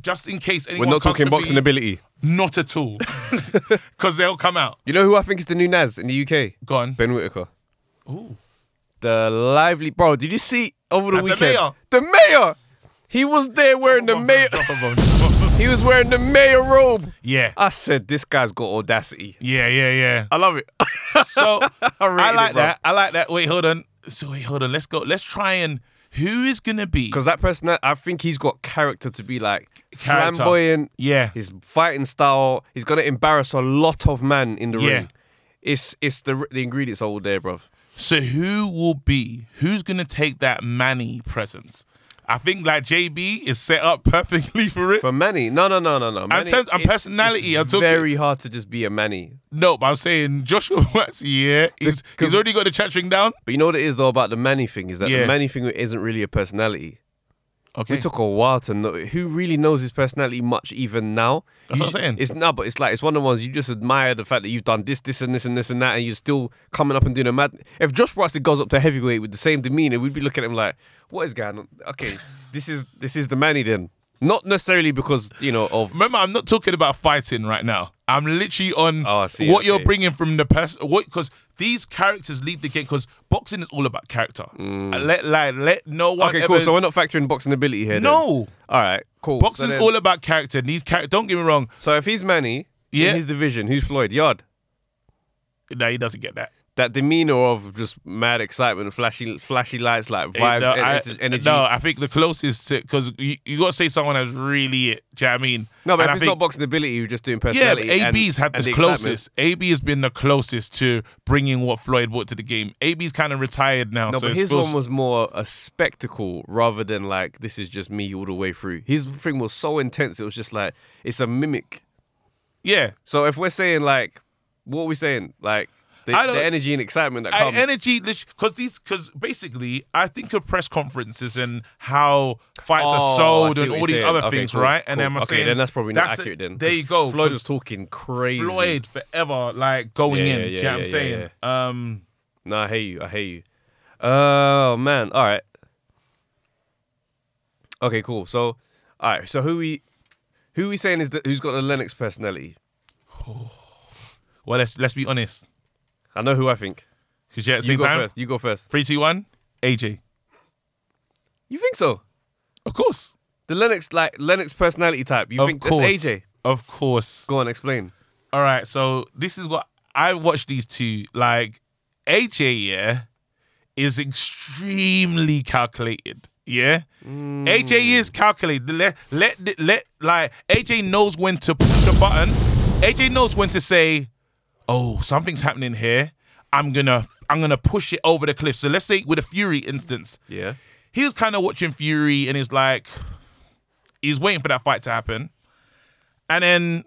Just in case anyone We're not comes talking to boxing me, ability. Not at all. Because they'll come out. You know who I think is the new Nas in the UK? Gone. Ben Whitaker. Ooh. The lively bro. Did you see over the That's the weekend? mayor. The mayor. He was there wearing the Drop a mayor. bomb, drop a bomb. He was wearing the mayor robe. yeah. I said this guy's got audacity. Yeah, yeah, yeah. I love it. So I, rated it, like bro. that. I like that. Wait, hold on. So wait, hold on. Let's go. Let's try and who is gonna be? Because that person, that- I think he's got character to be like Character. flamboyant. yeah, His fighting style. He's gonna embarrass a lot of man in the Yeah. ring. It's it's the the ingredients all there, bro. So who will be? Who's gonna take that Manny presence? I think like JB is set up perfectly for it. For Manny, no, no, no, no, no. Manny, terms- and it's- personality, I it's took it. very hard to just be a Manny. no, but I'm saying Joshua Watts. Yeah, he's, he's already got the chat ring down. But you know what it is though about the Manny thing is that Yeah. the Manny thing isn't really a personality. Okay, It took a while to know who really knows his personality much even now. That's You what I'm ju- saying. It's no, but it's like it's one of the ones you just admire the fact that you've done this, this, and this, and this, and that, and you're still coming up and doing a mad. If Josh Brosnan goes up to heavyweight with the same demeanor, we'd be looking at him like, "What is going on? Okay, this is this is the Manny then." Not necessarily because you know of remember, I'm not talking about fighting right now. I'm literally on Oh, I see, what I you're see. bringing from the person. What because these characters lead the game because boxing is all about character. Let like let no one. Mm. okay, ever, cool. So we're not factoring boxing ability here. then. No. all right, cool. So boxing is then- all about character. And these characters, don't get me wrong. So if he's Manny Yeah. in his division, who's Floyd Yard? No, he doesn't get that. That demeanor of just mad excitement, flashy, flashy lights, like vibes, no, I, en- energy. no, I think the closest to because you, you got to say someone that's really it. Do you know what I mean? No, but And if I it's think- not boxing ability, you're just doing Yeah, personality. but and- AB's had and the excitement. closest. AB has been the closest to bringing what Floyd brought to the game. AB's kind of retired now, No, so but it's his feels- one was more a spectacle rather than like this is just me all the way through. His thing was so intense; it was just like it's a mimic. yeah. So if we're saying like, what are we saying? Like the, I don't- the energy and excitement that I, comes. energy, because these, because basically, I think of press conferences and how fights Oh, are I sold see and what all you're these saying. other Okay, things, cool, right? cool. And then I'm okay, saying then that's probably not that's it. accurate. Then there you 'cause go. Floyd 'cause was talking crazy. Floyd forever, like going Yeah, in. yeah, do you yeah, know what I'm yeah, saying? Um. No, I hate you. I hate you. Oh man. All right. Okay, cool. So, all right. So who we who we saying is that who's got the Lennox personality? Well, let's let's be honest. I know who I think. Because yeah, at the You same go time, first. You go first. three, two, one, AJ. You think so? Of course, The Lennox like Lennox personality type. You of think course, that's AJ? Of course. Go on, explain. All right, so this is what I watched these two. Like AJ, yeah, is extremely calculated. Yeah, AJ is calculated. Let let let like AJ knows when to push the button. AJ knows when to say, "Oh, something's happening here. I'm gonna I'm gonna push it over the cliff." So let's say with a Fury instance, Yeah. he was kind of watching Fury and he's like, he's waiting for that fight to happen. And then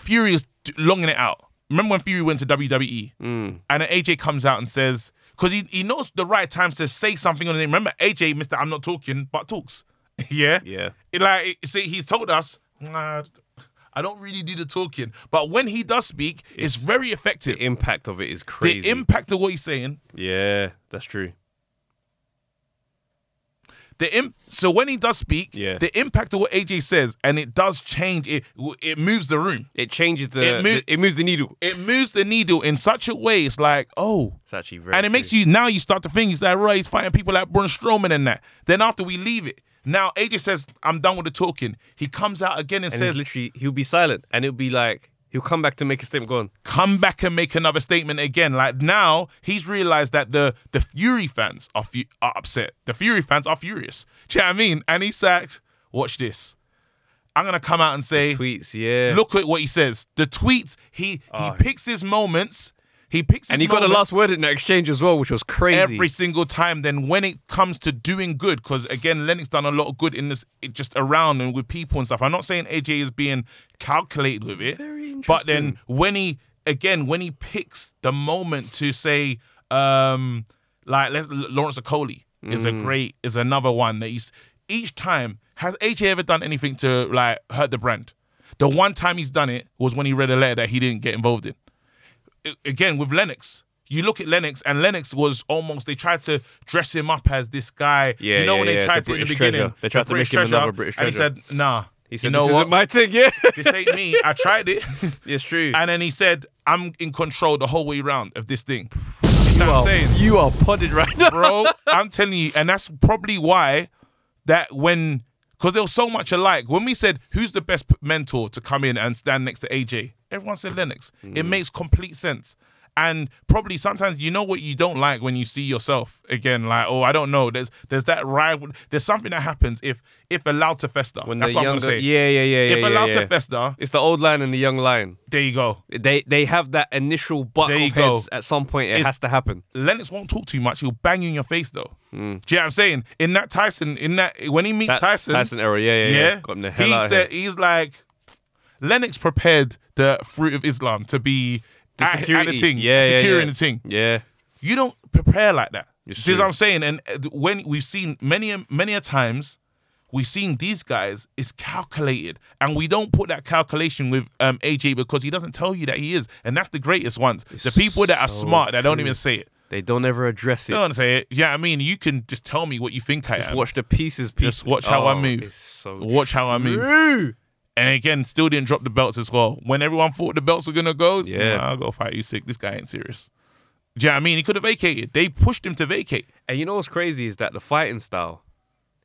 Fury is t- longing it out. Remember when Fury went to WWE? Mm. And then AJ comes out and says, because he, he knows the right times to say something on the name. Remember, AJ, Mr. I'm not talking, but talks. yeah? Yeah. It like, see, he's told us, "Nah, I don't really do the talking. But when he does speak, it's, very effective. The impact of it is crazy. The impact of what he's saying yeah, that's true. The imp- so when he does speak, Yeah. the impact of what AJ says, and it does change. It it moves the room. It changes the It it, move- it moves the needle. It moves the needle in such a way. It's like oh, It's actually very and it true. makes you now you start to think he's like right, he's fighting people like Braun Strowman and that. Then after we leave it, now AJ says I'm done with the talking. He comes out again and and, says, it's literally he'll be silent and it'll be like he'll come back to make a statement. Go on. come back and make another statement again. Like now, he's realized that the the Fury fans are fu- are upset. The Fury fans are furious. Do you know what I mean? And he's like, watch this. I'm gonna come out and say, Tweets, yeah. Oh, look at what he says. The tweets. He he picks his moments. He picks. His and he got the last moments word in that exchange as well, which was crazy. every single time. Then when it comes to doing good, because again, Lennox done a lot of good in this, it just around and with people and stuff. I'm not saying AJ is being calculated with it, Very but then when he again when he picks the moment to say, um, like let's, Lawrence Okoli is Mm. a great is another one that he's each time has AJ ever done anything to like hurt the brand? The one time he's done it was when he read a letter that he didn't get involved in again with Lennox. You look at Lennox, and Lennox was almost. They tried to dress him up as this guy. Yeah, you know yeah, when they yeah, tried the to in the British beginning. treasure. They tried the to make British him another treasure, British And he treasure. said, "Nah." he said, "You know "This what? isn't my thing." Yeah, this ain't me. I tried it." it's true. and then he said, "I'm in control the whole way round of this thing." You know what I'm saying? you are podded right now. bro. I'm telling you, and that's probably why that when because there was so much alike. When we said who's the best p- mentor to come in and stand next to AJ, everyone said Lennox. It Mm. makes complete sense. And probably sometimes you know what you don't like when you see yourself again, like oh I don't know. There's there's that rival. There's something that happens if if allowed to fester. When That's the what I'm younger, gonna say. yeah, yeah, yeah, yeah. if allowed yeah, to yeah. fester, it's the old lion and the young lion. there you go. They they have that initial butt There you of go. heads at some point. It It's- has to happen. Lennox won't talk too much. He'll bang you in your face though. Do you know what I'm saying? In that Tyson, in that when he meets Mm. That- Tyson era, yeah, yeah, yeah. Yeah. Got him the hell he out of said here. he's like Lennox prepared the fruit of Islam to be The at- at security, the thing, yeah, yeah, securing yeah. the thing. Yeah, You don't prepare like that. It's This is true. what I'm saying. And uh, when we've seen many, a- many a times, we've seen these guys is calculated, and we don't put that calculation with um, AJ because he doesn't tell you that he is, and that's the greatest ones. the people that are so smart that don't true. even say it. they don't ever address it. They don't say it. Yeah, I mean, you can just tell me what you think I Just am. watch the pieces. pieces. Just watch how I Oh, move. It's so Watch how I move. true. And again, still didn't drop the belts as well. When everyone thought the belts were gonna go, it's, Yeah. "Nah, I'll go fight you sick. This guy ain't serious. Do you know what I mean? He could have vacated. They pushed him to vacate. And you know what's crazy is that the fighting style,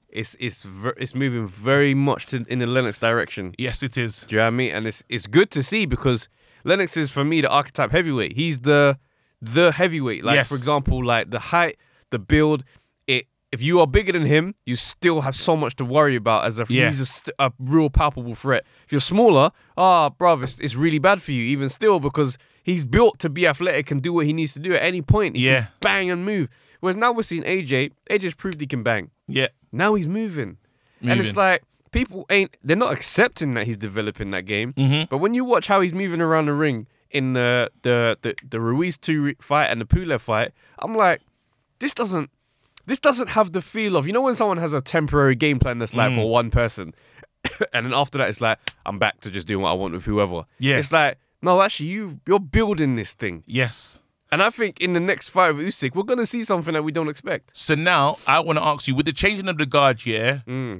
it's it's ver- it's moving very much to in the Lennox direction. Yes, it is. Do you know what I mean? And it's it's good to see because Lennox is for me the archetype heavyweight. He's the the heavyweight. Like Yes. for example, like the height, the build. It if you are bigger than him, you still have so much to worry about. As if Yeah. he's a, st- a real palpable threat. If you're smaller, ah, bruv, it's, it's really bad for you even still because he's built to be athletic and do what he needs to do at any point. He can Yeah. bang and move. Whereas now we're seeing AJ. AJ's proved he can bang. Yeah. Now he's moving. And it's Moving. like people ain't they're not accepting that he's developing that game. Mm-hmm. But when you watch how he's moving around the ring in the the the, the Ruiz two re- fight and the Pula fight, I'm like, this doesn't this doesn't have the feel of you know when someone has a temporary game plan that's like Mm. for one person, and then after that it's like I'm back to just doing what I want with whoever. Yeah. it's like no, actually you you're building this thing, Yes. and I think in the next fight with Usyk we're gonna see something that we don't expect. So now I want to ask you, with the changing of the guard, yeah,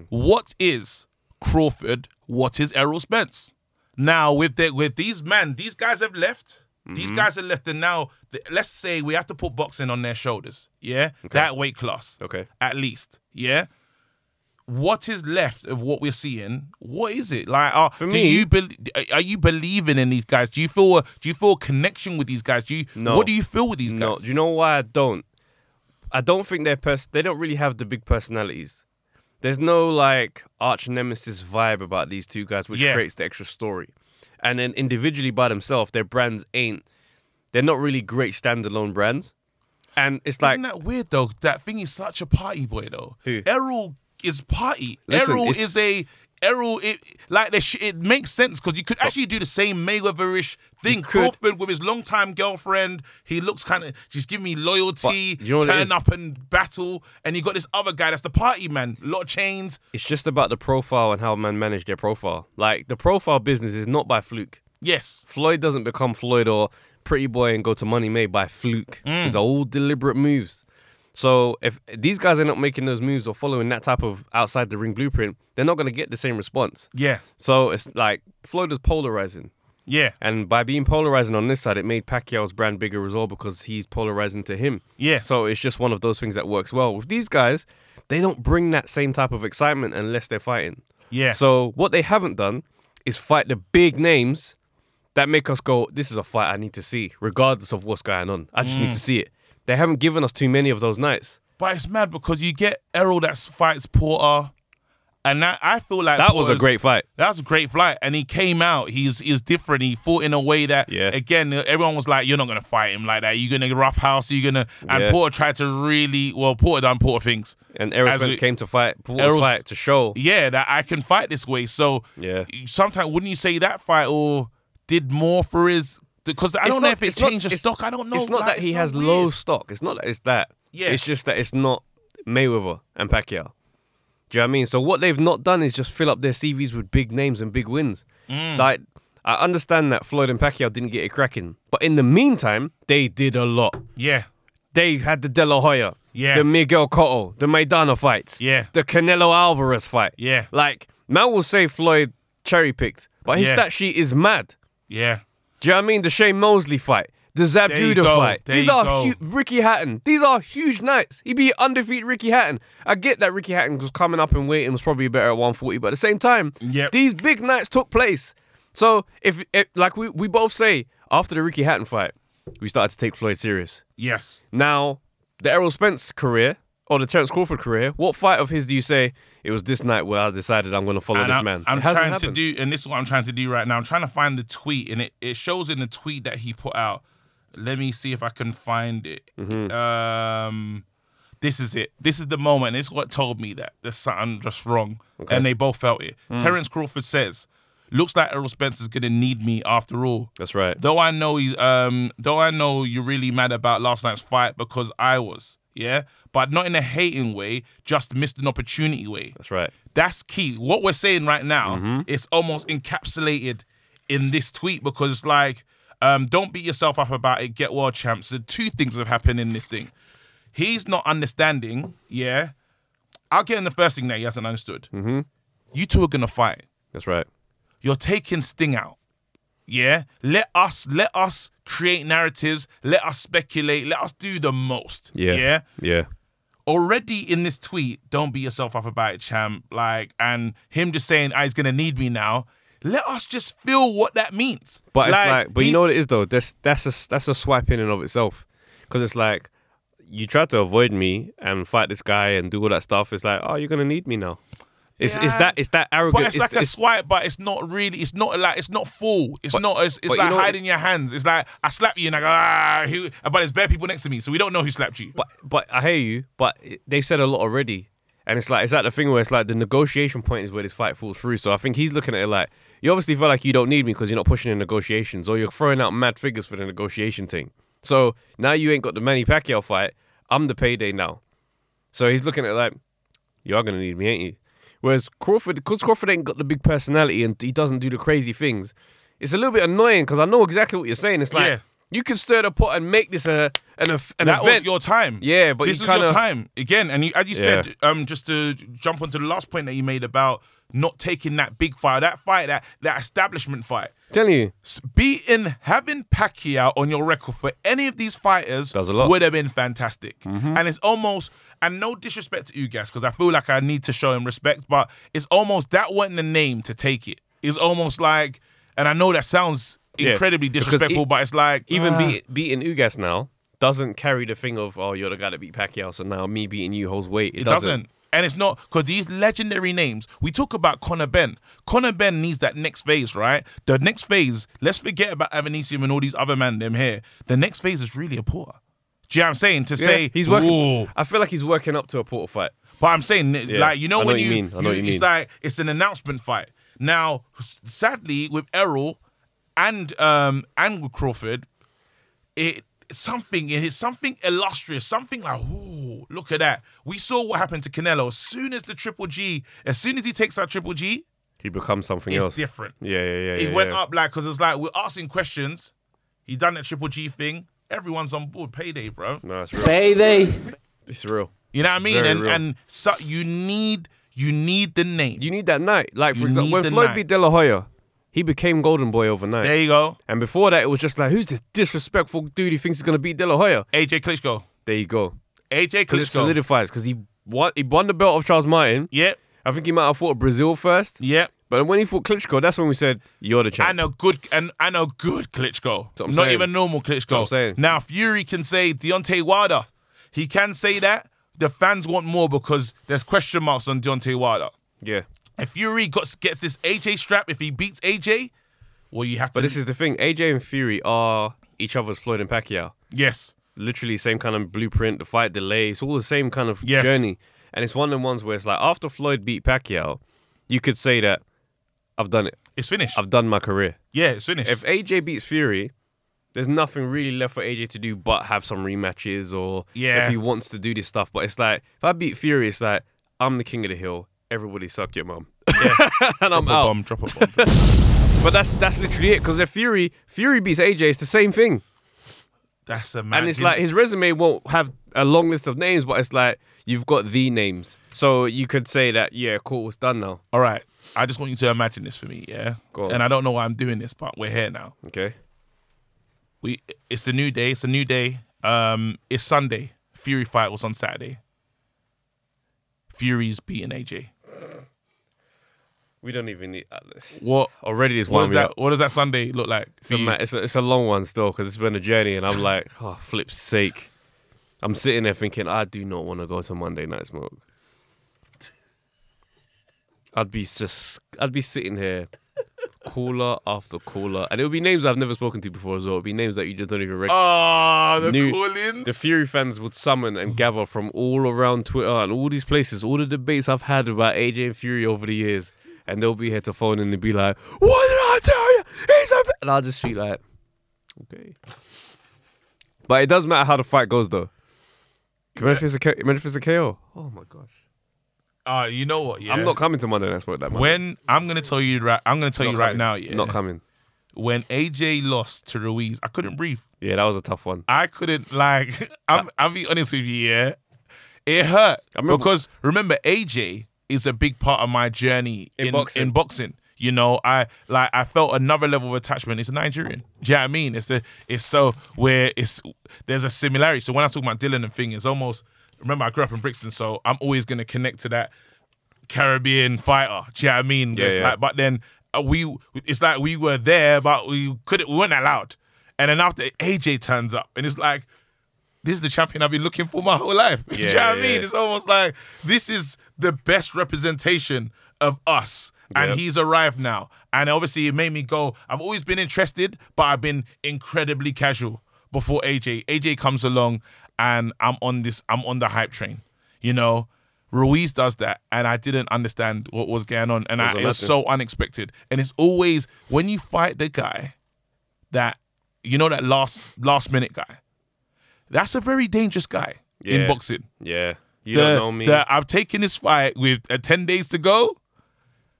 what is Crawford? What is Errol Spence? Now with the, with these men, these guys have left. These guys have left, and now the, let's say we have to put boxing on their shoulders. Yeah, that weight class. Okay. at least. Yeah. What is left of what we're seeing? What is it like? Are, do me- you bel are- are you believing in these guys? Do you feel a, do you feel a connection with these guys? Do you No. what do you feel with these No, guys? do you know why I don't? I don't think they're pers- they don't really have the big personalities. There's no like arch nemesis vibe about these two guys, which Yeah. creates the extra story. And then individually by themselves, their brands ain't. They're not really great standalone brands. And it's like Isn't that weird though? That thing is such a party boy though. Who? Errol is party. Listen, Errol it's- is a Errol. It like the sh- it makes sense because you could actually do the same Mayweatherish thing. Oh. could. Crawford with his longtime girlfriend. He looks kind of she's giving me loyalty. But you know what it is? turn up and battle, and you got this other guy that's the party man. lot of chains. it's just about the profile and how man manage their profile. Like the profile business is not by fluke. Yes. Floyd doesn't become Floyd or Pretty Boy and go to Money Made by fluke. It's all deliberate moves. So if these guys are not making those moves or following that type of outside the ring blueprint, they're not going to get the same response. Yeah, So it's like Floyd is polarizing. yeah, And by being polarizing on this side, it made Pacquiao's brand bigger as well because he's polarizing to him. yeah. So it's just one of those things that works well. With these guys, they don't bring that same type of excitement unless they're fighting. yeah, So what they haven't done is fight the big names that make us go, this is a fight I need to see, regardless of what's going on. I just need Mm. to see it. They haven't given us too many of those nights. but it's mad because you get Errol that fights Porter, and that I feel like That was a Porter's- great fight. That's a great flight, and he came out. He's he's different. He fought in a way that Yeah. again uh, everyone was like, "You're not gonna fight him like that. You're gonna rough house. You're gonna." And Yeah. Porter tried to really well. Porter done Porter things. And Errol As Spence we- came to fight, Errol's Errol's- fight to show. Yeah, that I can fight this way. So Yeah. sometimes wouldn't you say that fight or did more for his? Because I It's don't know not- if it it's not- changed the it's- stock. I don't know. it's not like, that he so has weird. low stock. It's not that it's that. Yeah. It's just that it's not Mayweather and Pacquiao. Do you know what I mean? So what they've not done is just fill up their CVs with big names and big wins. Mm. Like I understand that Floyd and Pacquiao didn't get it cracking, but in the meantime, they did a lot. Yeah, They had the De La Hoya, Yeah. the Miguel Cotto, the Maidana fights, Yeah. the Canelo Alvarez fight. Yeah. Like man will say Floyd cherry picked, but his Yeah. stat sheet is mad. yeah, Do you know what I mean? The Shane Mosley fight, the Zab There you Judah go, fight. there These you are go. hu- Ricky Hatton. These are huge nights. He beat undefeated Ricky Hatton. I get that Ricky Hatton was coming up in weight and was probably better at 140, but at the same time, Yep. these big nights took place. So if, if like we, we both say after the Ricky Hatton fight, we started to take Floyd serious. yes, Now, the Errol Spence career or the Terence Crawford career, what fight of his do you say it was this night where I decided I'm going to follow and this I'm, man? I'm It hasn't trying happened. to do, and this is what I'm trying to do right now. I'm trying to find the tweet, and it, it shows in the tweet that he put out. Let me see if I can find it. Mm-hmm. Um, this is it. This is the moment. It's what told me that there's something just wrong, and they both felt it. Mm. Terrence Crawford says, "Looks like Errol Spence is gonna need me after all." That's right. Though I know he's um though I know you're really mad about last night's fight because I was, yeah? But not in a hating way, just missed an opportunity way. That's right. That's key. What we're saying right now is almost encapsulated in this tweet because it's like, um, don't beat yourself up about it, get world champs. The two things have happened in this thing. He's not understanding, yeah. I'll get in the first thing that he hasn't understood. You two are gonna fight That's right. you're taking Sting out. Yeah, let us let us create narratives. Let us speculate. Let us do the most. Yeah. yeah. Yeah. Already in this tweet, don't beat yourself up about it, champ. Like, and him just saying, "I he's gonna need me now." Let us just feel what that means. But it's like, but you he's- know what it is though. That's that's a that's a swipe in and of itself, because it's like you try to avoid me and fight this guy and do all that stuff. It's like, oh, you're gonna need me now. It's it's Yeah. that it's that arrogant. But it's, like a swipe, but it's not really. It's not like it's not full. It's not. It's, it's but you like know what- hiding your hands. It's like I slap you and I go ah. Who, but there's bare people next to me, so we don't know who slapped you. but but I hear you. But it- they've said a lot already, and it's like it's like the thing where it's like the negotiation point is where this fight falls through. So I think he's looking at it like you obviously feel like you don't need me because you're not pushing in negotiations or you're throwing out mad figures for the negotiation thing. So now you ain't got the Manny Pacquiao fight. I'm the payday now. So he's looking at it like you are gonna need me, ain't you? Whereas Crawford, because Crawford ain't got the big personality and he doesn't do the crazy things, it's a little bit annoying because I know exactly what you're saying. It's like Yeah. you can stir the pot and make this a an, a, an that event. was your time. Yeah, but this you is kinda- your time again. And you, as you Yeah. said, um, just to jump onto the last point that you made about not taking that big fight, that fight, that that establishment fight, telling you. S- beating having Pacquiao on your record for any of these fighters Does a lot. Mm-hmm. would have been fantastic. And it's almost. And no disrespect to Ugas, because I feel like I need to show him respect, but it's almost that wasn't the name to take it. It's almost like, and I know that sounds Yeah, incredibly because disrespectful, e- but it's like even ah. beat, beating Ugas now doesn't carry the thing of oh you're the guy that beat Pacquiao, so now me beating you holds weight. It, It doesn't. And it's not because these legendary names, we talk about Conor Ben. Conor Ben needs that next phase, right? The next phase, let's forget about Avanesium and all these other man them here. The next phase is really a porter. Do you know what I'm saying? To Yeah, say he's working. "Whoa." I feel like he's working up to a portal fight. But I'm saying, like, you know, I know when what you you, mean. I know what you it's mean. like it's an announcement fight. Now, s- sadly, with Errol and um and with Crawford, it something it is something illustrious, something like, ooh, look at that. We saw what happened to Canelo. As soon as the triple G, as soon as he takes out triple G, He becomes something it's else. different. Yeah, yeah, yeah. He yeah, went yeah. up like because it's like we're asking questions. He done that triple G thing. Everyone's on board. Payday, bro. No, it's real. Payday. It's real. You know what I mean? Very and real. and so you need you need the name. You need that night. Like, You for example, need when the Floyd night. beat De La Hoya, he became Golden Boy overnight. there you go. and before that, it was just like, who's this disrespectful dude who thinks he's going to beat De La Hoya? AJ Klitschko. There you go. AJ Because it Klitschko. solidifies. Because he won, he won the belt of Charles Martin. Yep. I think he might have fought Brazil first. Yep. But when he fought Klitschko, that's when we said, you're the champ. And a good and and a good Klitschko. what I'm Not saying. even normal Klitschko. I'm saying. Now Fury can say Deontay Wilder. He can say that. The fans want more because there's question marks on Deontay Wilder. yeah. If Fury got, gets this AJ strap, if he beats AJ, well, you have to. But this is the thing. AJ and Fury are each other's Floyd and Pacquiao. yes, literally same kind of blueprint, the fight delay. It's all the same kind of Yes. journey. And it's one of them ones where it's like after Floyd beat Pacquiao, you could say that I've done it. it's finished. I've done my career. yeah, it's finished. Um, If AJ beats Fury, there's nothing really left for AJ to do but have some rematches or Yeah. if he wants to do this stuff. But it's like if I beat Fury, it's like I'm the king of the hill. Everybody suck your mum. and I'm drop a out. bomb, drop a bomb. But that's that's literally it. Because if Fury Fury beats AJ, it's the same thing. That's a man. and it's like his resume won't have a long list of names, but it's like you've got the names, so you could say that yeah, cool, it's done now. all right. I just want you to imagine this for me, yeah. Go on. And I don't know why I'm doing this, but we're here now. Okay, We it's the new day. It's a new day. Um, it's Sunday. Fury fight was on Saturday. Fury's beating AJ. we don't even need uh, What? already. This What one, does that? What does that Sunday look like? It's, a, ma- it's, a, it's a long one still because it's been a journey, and I'm like, oh flip's sake. I'm sitting there thinking, I do not want to go to Monday Night Smoke. I'd be just, I'd be sitting here, caller after caller, and it would be names I've never spoken to before as well. It'd be names that you just don't even recognize. Ah, the New- call-ins. The Fury fans would summon and gather from all around Twitter and all these places, all the debates I've had about AJ and Fury over the years, and they'll be here to phone in and be like, "What did I tell you? He's a..." And I'll just be like, "Okay." But it does matter how the fight goes, though. Imagine if it's a, K- imagine if it's a KO. Oh my gosh! Ah, you know what? Yeah. I'm not coming to Monday Night Smoke that much. When I'm gonna tell you right, I'm gonna tell you right now. Yeah. Not coming. when AJ lost to Ruiz, I couldn't breathe. Yeah, that was a tough one. I couldn't like. I'm. I'll be honest with you. Yeah, it hurt remember- because remember AJ is a big part of my journey in In in boxing. boxing. You know, I like I felt another level of attachment. It's a Nigerian. Do you know what I mean? It's the it's so where it's there's a similarity. So when I talk about Dylan and thing, it's almost remember I grew up in Brixton, so I'm always gonna connect to that Caribbean fighter. Do you know what I mean? Yeah, it's yeah. like, but then uh, we, it's like we were there, but we couldn't, we weren't allowed. And then after AJ turns up, and it's like, this is the champion I've been looking for my whole life. Do you know Yeah, what I mean? yeah. It's almost like this is the best representation of us. And Yep. he's arrived now. And obviously, it made me go. I've always been interested, but I've been incredibly casual before AJ. AJ comes along, and I'm on this, I'm on the hype train. You know, Ruiz does that, and I didn't understand what was going on. And a I, it was massive- so unexpected. And it's always when you fight the guy that, you know, that last last minute guy, that's a very dangerous guy in Yeah. boxing. Yeah, you The- don't know me. the, I've taken this fight with uh, 10 days to go.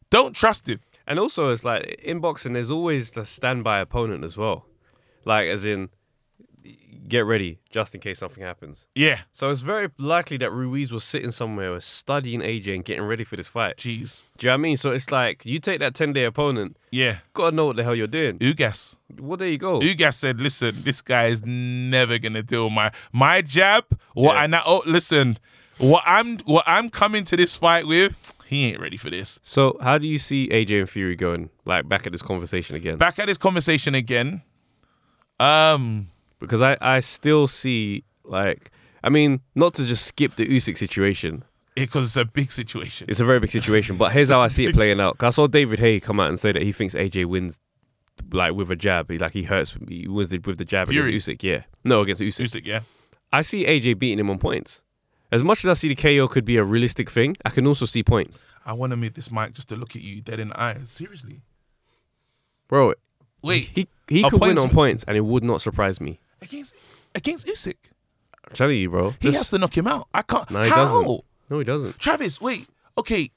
Don't trust him. And also, it's like in boxing, there's always the standby opponent as well. Like, as in, get ready just in case something happens. Yeah. So it's very likely that Ruiz was sitting somewhere, was studying AJ and getting ready for this fight. Do Jeez. you know what I mean? So it's like you take that 10 day opponent, Yeah. gotta know what the hell you're doing. Ugas. Well, there you go. Ugas said, listen, this guy is never gonna deal my my jab. What Yeah. I now oh listen, what I'm what I'm coming to this fight with, he ain't ready for this. So, how do you see AJ and Fury going, like, back at this conversation again? Back at this conversation again. Um Because I, I still see, like, I mean, not to just skip the Usyk situation, because it's a big situation. It's a very big situation, but here's how I see it playing out. 'Cause I saw David Hay come out and say that he thinks AJ wins, like with a jab. He, like he hurts, he wins the, with the jab Fury. against Usyk. Yeah, no, against Usyk. Usyk, yeah. I see AJ beating him on points. As much as I see the KO could be a realistic thing, I can also see points, I wanna move this mic just to look at you dead in the eye. Seriously. bro. Wait, He he A could win points- on points, and it would not surprise me. against against Usyk. I'm telling you, bro. He Just- has to knock him out. I can't. no, he How? doesn't. No, he doesn't. Travis, wait. Okay.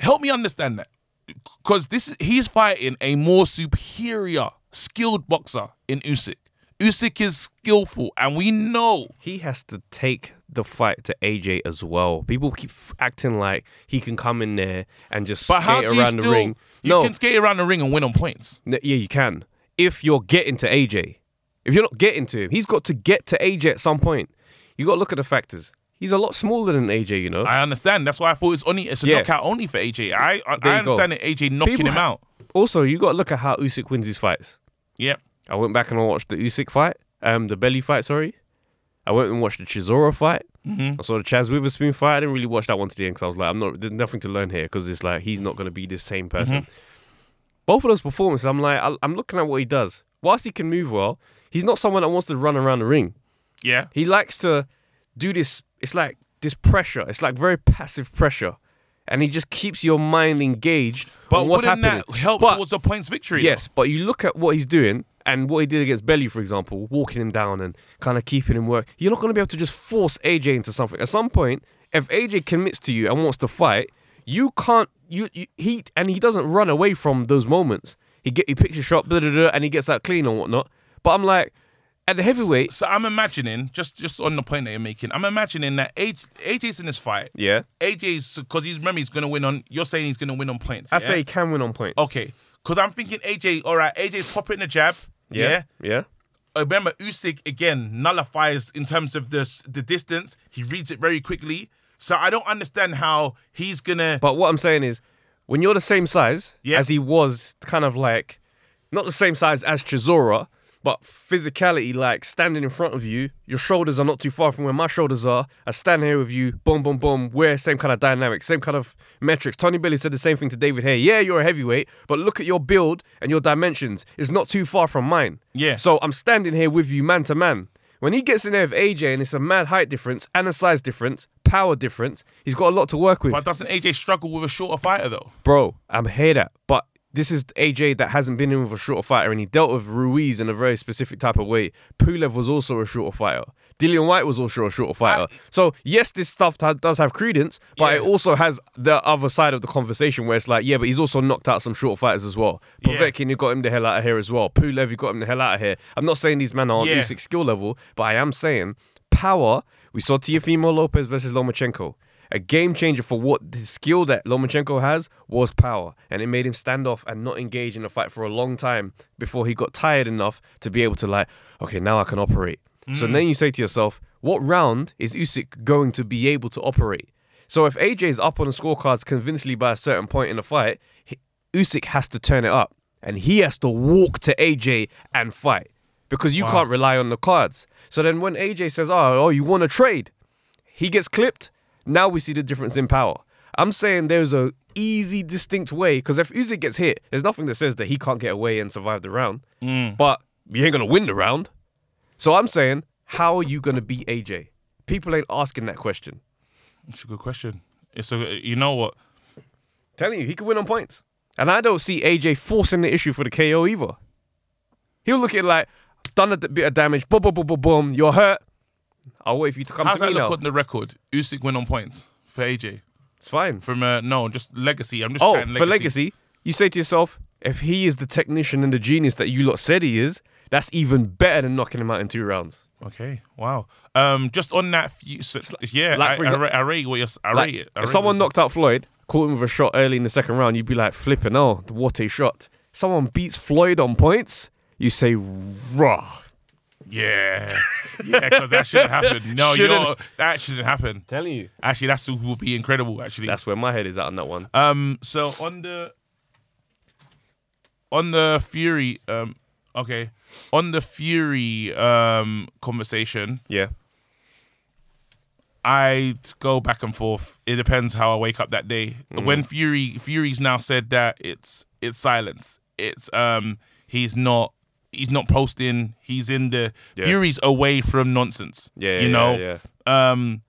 Help me understand that. Because this is he's fighting a more superior skilled boxer in Usyk. Usyk is skillful, and we know he has to take the fight to AJ as well. People keep f- acting like he can come in there and just But how skate do you around the still? ring. You no, can skate around the ring and win on points. n- yeah, you can. If you're getting to AJ, if you're not getting to him, he's got to get to AJ at some point. You got to look at the factors. He's a lot smaller than AJ, you know. I understand. That's why I thought it's only it's a Yeah. knockout only for AJ. I I, There I you go. understand that AJ knocking People him ha- out. also, you got to look at how Usyk wins his fights. Yeah. I went back and I watched the Usyk fight, um, the Belly fight. Sorry, I went and watched the Chisora fight. I saw the Chaz Witherspoon fight. I didn't really watch that one to the end because I was like, I'm not. There's nothing to learn here because it's like he's not going to be the same person. Both of those performances, I'm like, I- I'm looking at what he does. Whilst he can move well, he's not someone that wants to run around the ring. Yeah. He likes to do this. It's like this pressure. It's like very passive pressure, and he just keeps your mind engaged. But on what's wouldn't happening. that help But- towards a points victory? though? Yes, but you look at what he's doing and what he did against Belly, for example, walking him down and kind of keeping him work. You're not going to be able to just force AJ into something. At some point, if AJ commits to you and wants to fight, you can't. You, you he and he doesn't run away from those moments. He get he picks a shot, blah, blah, blah, and he gets that clean and whatnot. But I'm like, at the heavyweight, So I'm imagining, just just on the point that you're making, I'm imagining that AJ, AJ's in this fight. yeah, AJ's because he's remember he's gonna win on. You're saying he's gonna win on points. I yeah? Oh, say he can win on point. okay. Because I'm thinking AJ. All right, AJ's popping the jab. Yeah. yeah. Uh, Remember Usyk again nullifies in terms of the s- the distance. He reads it very quickly. So I don't understand how he's gonna. But what I'm saying is, when you're the same size Yeah. as he was, kind of like, not the same size as Chisora, but physicality, like standing in front of you, your shoulders are not too far from where my shoulders are. I stand here with you, boom, boom, boom. We're same kind of dynamic, same kind of metrics. Tony Billy said the same thing to David Hay. Yeah, you're a heavyweight, but look at your build and your dimensions. It's not too far from mine. Yeah. So I'm standing here with you, man to man. When he gets in there with AJ and it's a mad height difference and a size difference, power difference, he's got a lot to work with But doesn't AJ struggle with a shorter fighter though? bro, I'm here that, but this is AJ that hasn't been in with a shorter fighter, and he dealt with Ruiz in a very specific type of way. Pulev was also a shorter fighter. Dillian White was also a shorter fighter. so yes, this stuff t- does have credence, but it Yeah. also has the other side of the conversation where it's like, yeah, but he's also knocked out some shorter fighters as well. Yeah. Povetkin, you got him the hell out of here as well. Pulev, you got him the hell out of here. I'm not saying these men are on Yeah. Usyk skill level, but I am saying power. We saw Tiafimo Lopez versus Lomachenko. A game changer for what the skill that Lomachenko has was power, and it made him stand off and not engage in a fight for a long time before he got tired enough to be able to like, okay, now I can operate. So then you say to yourself, what round is Usyk going to be able to operate? So if AJ is up on the scorecards convincingly by a certain point in the fight, he- Usyk has to turn it up, and he has to walk to AJ and fight because you can't rely on the cards. So then when AJ says, "Oh, oh, you want to trade," he gets clipped. Now we see the difference in power. I'm saying there's a easy, distinct way because if Usyk gets hit, there's nothing that says that he can't get away and survive the round. But you ain't gonna win the round. So I'm saying, how are you gonna beat AJ? People ain't asking that question. It's a good question. It's a you know what. Telling you, he could win on points. And I don't see AJ forcing the issue for the KO either. He'll look at it like, done a d- bit of damage, boom, boom, boom, boom, boom, you're hurt. I'll wait for you to come How's to that me look now. on the record? Usyk win on points for AJ. It's fine. From uh, no, just legacy. I'm just Oh, trying for legacy, you say to yourself, if he is the technician and the genius that you lot said he is, that's even better than knocking him out in two rounds. Okay. Wow. Um, just on that, few, so, yeah, like, I, for I, exa- ra- I rate what you're. s- I Like, rate it. I if rate someone what you're knocked out Floyd, caught him with a shot early in the second round, you'd be like, flipping, oh, the what a shot. Someone beats Floyd on points, you say, raw. saying. Yeah. Yeah, because that shouldn't happen. No, Shouldn't. you're, that shouldn't happen. Telling you. Actually, that's would be incredible. Actually. That's where my head is at on that one. um. So on the. On the Fury, um, okay, on the Fury um conversation, yeah. I go back and forth. It depends how I wake up that day. Mm-hmm. When Fury Fury's now said that it's it's silence. It's um he's not he's not posting. He's in the Yeah. Fury's away from nonsense. Yeah, you yeah, know. yeah, Um,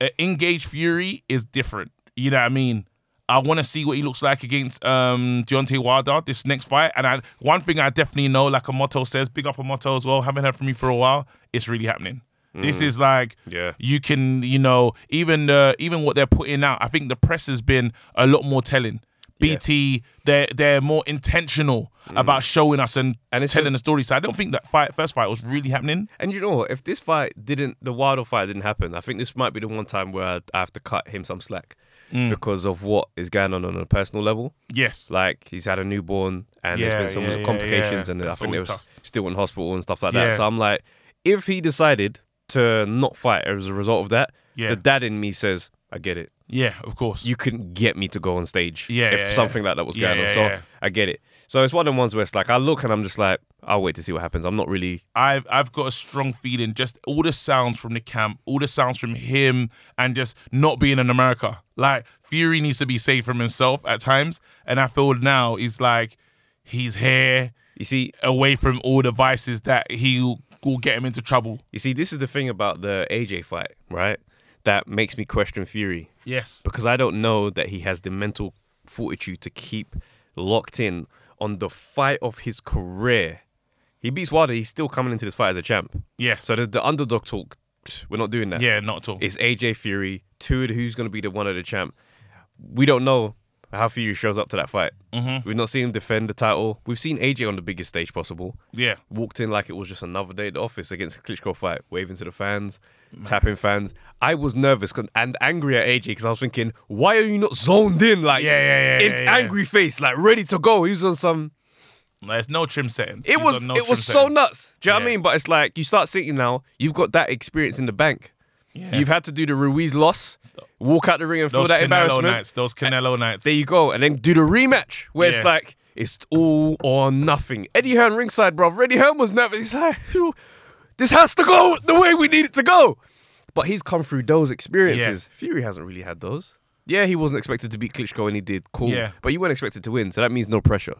uh, engaged Fury is different. You know what I mean? I want to see what he looks like against um Deontay Wilder this next fight. And I, one thing I definitely know, like Amoto says, big up Amoto as well. Haven't heard from you for a while. It's really happening. This is like Mm. Yeah. you can you know even uh, even what they're putting out. I think the press has been a lot more telling. BT, they're they're more intentional about showing us and, Mm. And it's telling the story. So I don't think that fight first fight was really happening. And you know what? If this fight didn't, the Wilder fight didn't happen, I think this might be the one time where I, I have to cut him some slack Mm. because of what is going on on a personal level. Yes. Like he's had a newborn and Yeah, there's been some yeah, yeah, complications, yeah. and I That's think they was always tough. still in hospital and stuff like Yeah. that. So I'm like, if he decided to not fight as a result of that, Yeah. the dad in me says, I get it. yeah, of course. You couldn't get me to go on stage Yeah, if yeah, yeah. something like that was Yeah, going yeah, on. So yeah. I get it. So it's one of the ones where it's like I look and I'm just like, I'll wait to see what happens. I'm not really I've I've got a strong feeling. Just all the sounds from the camp, all the sounds from him, and just not being in America. Like Fury needs to be safe from himself at times, and I feel now he's like he's here you see, away from all the vices that he will- will get him into trouble. You see, this is the thing about the AJ fight, right? That makes me question Fury Yes. because I don't know that he has the mental fortitude to keep locked in on the fight of his career. He beats Wilder, he's still coming into this fight as a champ. Yes. So the, the underdog talk, psh, we're not doing that. yeah, not at all. It's AJ Fury, two who's going to be the one of the champ. We don't know how Fury shows up to that fight. Mm-hmm. We've not seen him defend the title. We've seen AJ on the biggest stage possible yeah. walked in like it was just another day at the office against a Klitschko fight, waving to the fans, tapping fans. I was nervous 'cause- and angry at AJ because I was thinking, why are you not zoned in? Like, Yeah, yeah, yeah, in yeah, yeah. angry face, like ready to go. He was on some. There's no trim settings. It He's was on no it trim was so settings. nuts. Do you know what Yeah. I mean? But it's like you start thinking now, you've got that experience in the bank. Yeah. You've had to do the Ruiz loss, walk out the ring and feel Those that Canelo embarrassment. nights. Those Canelo nights. There you go, and then do the rematch where Yeah. it's like it's all or nothing. Eddie Hearn ringside, bro. Eddie Hearn was never. He's like, "Phew, this has to go the way we need it to go. But he's come through those experiences. Fury hasn't really had those. Yeah, he wasn't expected to beat Klitschko, and he did. Cool. Yeah. But you weren't expected to win, so that means no pressure.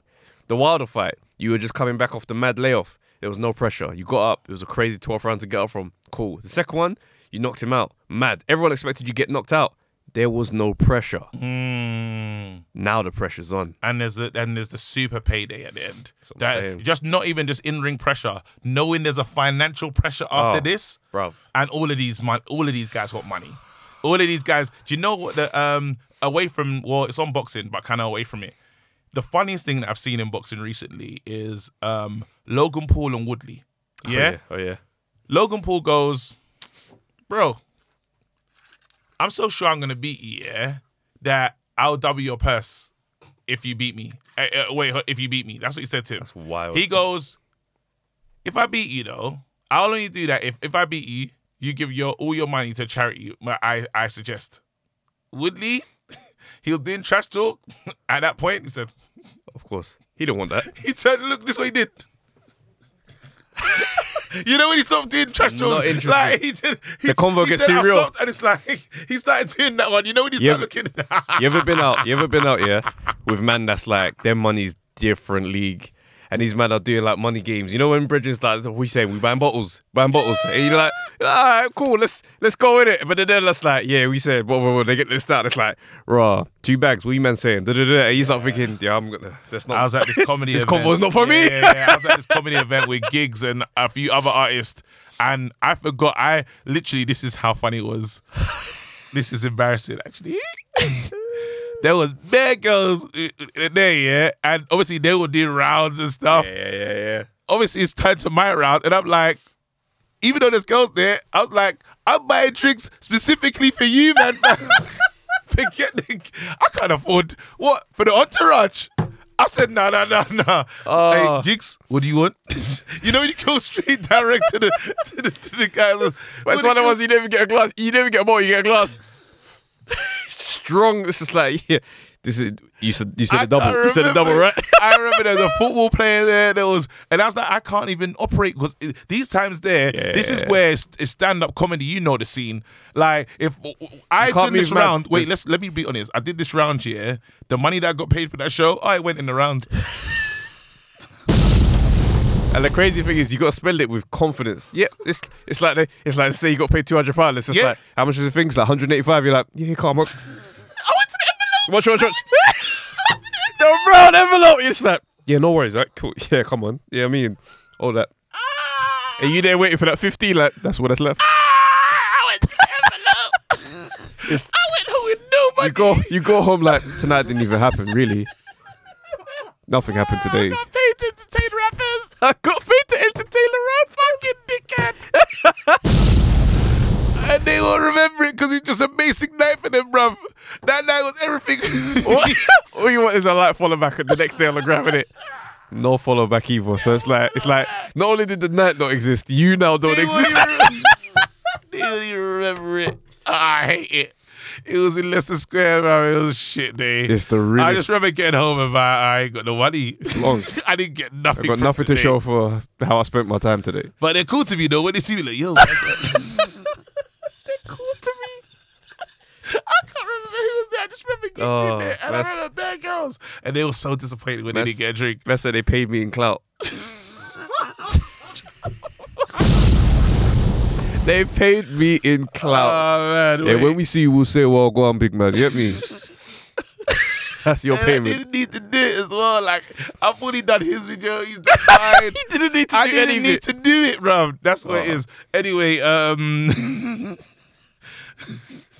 The Wilder fight, you were just coming back off the mad layoff. There was no pressure. You got up. It was a crazy 12th round to get up from. Cool. The second one, you knocked him out. Mad. Everyone expected you get knocked out. There was no pressure. Mm. Now the pressure's on. And there's the and there's the super payday at the end. what I'm That, saying. just not even just in ring pressure, knowing there's a financial pressure after Oh. this, Bruv. and all of these mon- all of these guys got money. All of these guys. Do you know what the um away from? Well, it's on boxing, but kind of away from it. The funniest thing that I've seen in boxing recently is um Logan Paul and Woodley. yeah? Oh yeah. Logan Paul goes, Bro, I'm so sure I'm going to beat you, yeah, that I'll double your purse if you beat me. Eh, eh, wait, if you beat me. That's what he said to him. That's wild. He goes, If I beat you, though, I'll only do that if, if I beat you, you give your all your money to charity, my- I, I suggest. Woodley, he was doing trash talk at that point. He said, Of course. He don't want that. he turned. Look, this is what he did. you know when he stopped doing trash not talk? interested. Like he did. He, The convo he gets said, too "I real." stopped," and it's like he started doing that one. You know when he Yeah, started looking. You ever been out? You ever been out? Yeah, with man that's like their money's different league, and these men are doing like money games. You know when Bridging starts, we say we buying bottles, buying bottles, and you're like, all right, cool, let's let's go in it. But then they're just like, yeah, we said, blah, blah, blah. they get this out. It's like, raw, two bags. What you man saying? Da, da, da. And you start thinking, yeah, I'm gonna. That's not. I was at this comedy. This event. convo's not for me. Yeah, yeah, yeah. I was at this comedy event with gigs and a few other artists, and I forgot. I literally, this is how funny it was. this is embarrassing, actually. there was bare girls uh, uh, there, yeah, and obviously they were doing rounds and stuff. yeah, yeah, yeah. obviously it's turned to my round, and I'm like, even though there's girls there, I was like, I'm buying drinks specifically for you, man. Forget the, I can't afford what for the entourage. I said, no, no, no, no. Oh. Hey, Giggs, what do you want? you know, when you go straight direct to the to the, to the guys. But it's one of the ones you never get a glass. You never get a bottle. You get a glass. Strong. This is like yeah. This is you said you said a double. can't You said a double, remember. right? I remember there was a football player there. There was, and I was like, I can't even operate because these times there, Yeah. this is where it's, it's stand-up comedy. You know the scene. Like if I You can't did this move, man. round, wait, let's let me be honest. I did this round here. The money that I got paid for that show, oh, it went in the round. And the crazy thing is, you got to spend it with confidence. Yeah, it's it's like they, it's like say you got paid two hundred pounds. It's just Yeah. like how much is the thing? It's like one hundred eighty-five. You're like, yeah, come on, I went to the envelope. watch, watch, watch. the brown envelope. You're just like, yeah, no worries, right? Cool. Yeah, come on. Yeah, I mean, all that. Ah, Are you there waiting for that fifty? Like that's what that's left. I went to the envelope. It's I went home with no money. You go, you go home like tonight didn't even happen. Really, nothing happened today. paid to entertain rappers. I got paid to entertain the rap. Fucking dickhead. and they will remember it because it's just a basic night for them, bruv. That night was everything. All you want is a light follow back, and the next day I'm grabbing it. No follow back either. So it's like, it's like, not only did the night not exist, you now don't they, wouldn't exist. even, they wouldn't even remember it. Ah, I hate it. It was in Leicester Square, bruv. It was a shit day. It's the I realest. just remember getting home and my, I ain't got no money. long. I didn't get I nothing. got from nothing to today. show for how I spent my time today. But they're cool to me though. When they see me, like, yo, man, I can't remember who was there. I just remember getting Oh, in there. And I that's- remember there girls. and they were so disappointed when they That's- didn't get a drink. Let's say they paid me in clout. they paid me in clout. Oh man, yeah, wait. when we see you, we'll say, "Well, go on, big man." You get me? That's your And I payment. didn't need to do it as well. Like I've already done his video. He's done mine. didn't need I didn't need to do it, bruv. That's what it Oh. is. Anyway, um,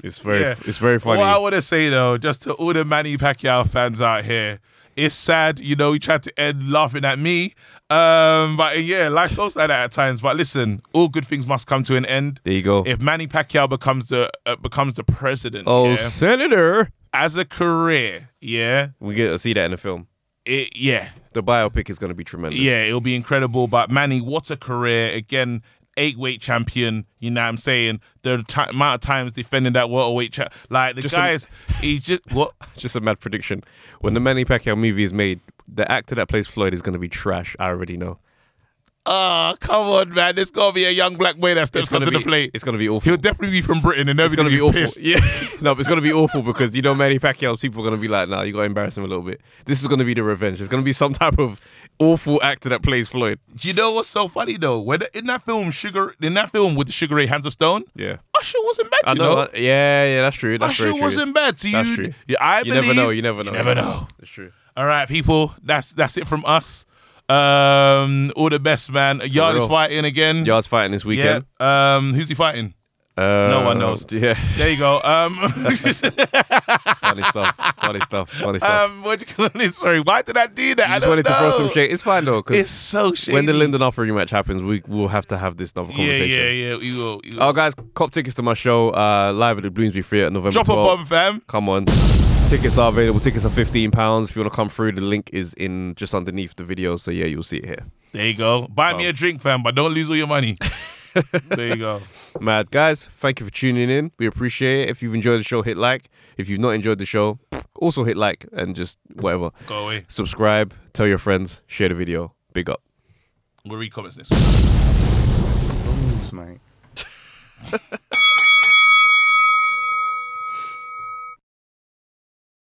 It's very, Yeah. it's very funny. what I want to say though, just to all the Manny Pacquiao fans out here, it's sad. You know, he tried to end laughing at me. Um, but uh, yeah, life goes like that at times. But listen, all good things must come to an end. There you go. If Manny Pacquiao becomes the uh, becomes the president, oh, yeah, senator, as a career, yeah, we get to see that in the film. it, yeah, The biopic is going to be tremendous. Yeah, it'll be incredible. But Manny, what a career. Again, eight weight champion. You know what I'm saying? The ti amount of times defending that welterweight champ. Like, the Just some- guys, he's just. What? Just a mad prediction. When the Manny Pacquiao movie is made, the actor that plays Floyd is going to be trash. I already know. Oh, come on, man. There's got to be a young black boy that steps gonna onto be, the plate. It's going to be awful. He'll definitely be from Britain and It's gonna everybody's be going awful. to be pissed. Yeah. no, but it's gonna be awful because you know Manny Pacquiao's people are gonna be like, nah, you gotta embarrass him a little bit. This is gonna be the revenge. It's gonna be some type of awful actor that plays Floyd. Do you know what's so funny, though? When, in that film, Sugar, in that film with the Sugar Ray Hands of Stone, Yeah. Usher wasn't bad, I you know. know? that- yeah, yeah, that's true. That's Usher very true. wasn't bad. So That's you, true. Yeah, I you never know, believe- you never know. You never know. That's true. All right, people. That's that's it from us. Um, all the best, man. Yard is real. fighting again. Yards fighting this yeah. weekend. Um, who's he fighting? Uh, No one knows. Yeah. There you go. Um, funny stuff. Funny stuff. Funny stuff. um what do you call this? Sorry, why did I do that? I I just don't wanted to throw some know. shade. It's fine though, It's because so shady. when the Lindenhoff rematch happens, we will have to have this another Yeah, conversation. yeah, yeah. We will. We will. Oh guys, cop tickets to my show, uh, live at the Bloomsbury Theatre November. Drop a 12th. bomb, fam. Come on. Tickets are available. Tickets are fifteen pounds. If you want to come through, the link is in just underneath the video. So yeah, you'll see it here. There you go. Buy me a drink, fam, but don't lose all your money. there you go. Mad guys, thank you for tuning in. We appreciate it. If you've enjoyed the show, hit like. If you've not enjoyed the show, also hit like and just whatever. Go away. Subscribe. Tell your friends. Share the video. Big up. We'll read comments next week. Bones, mate.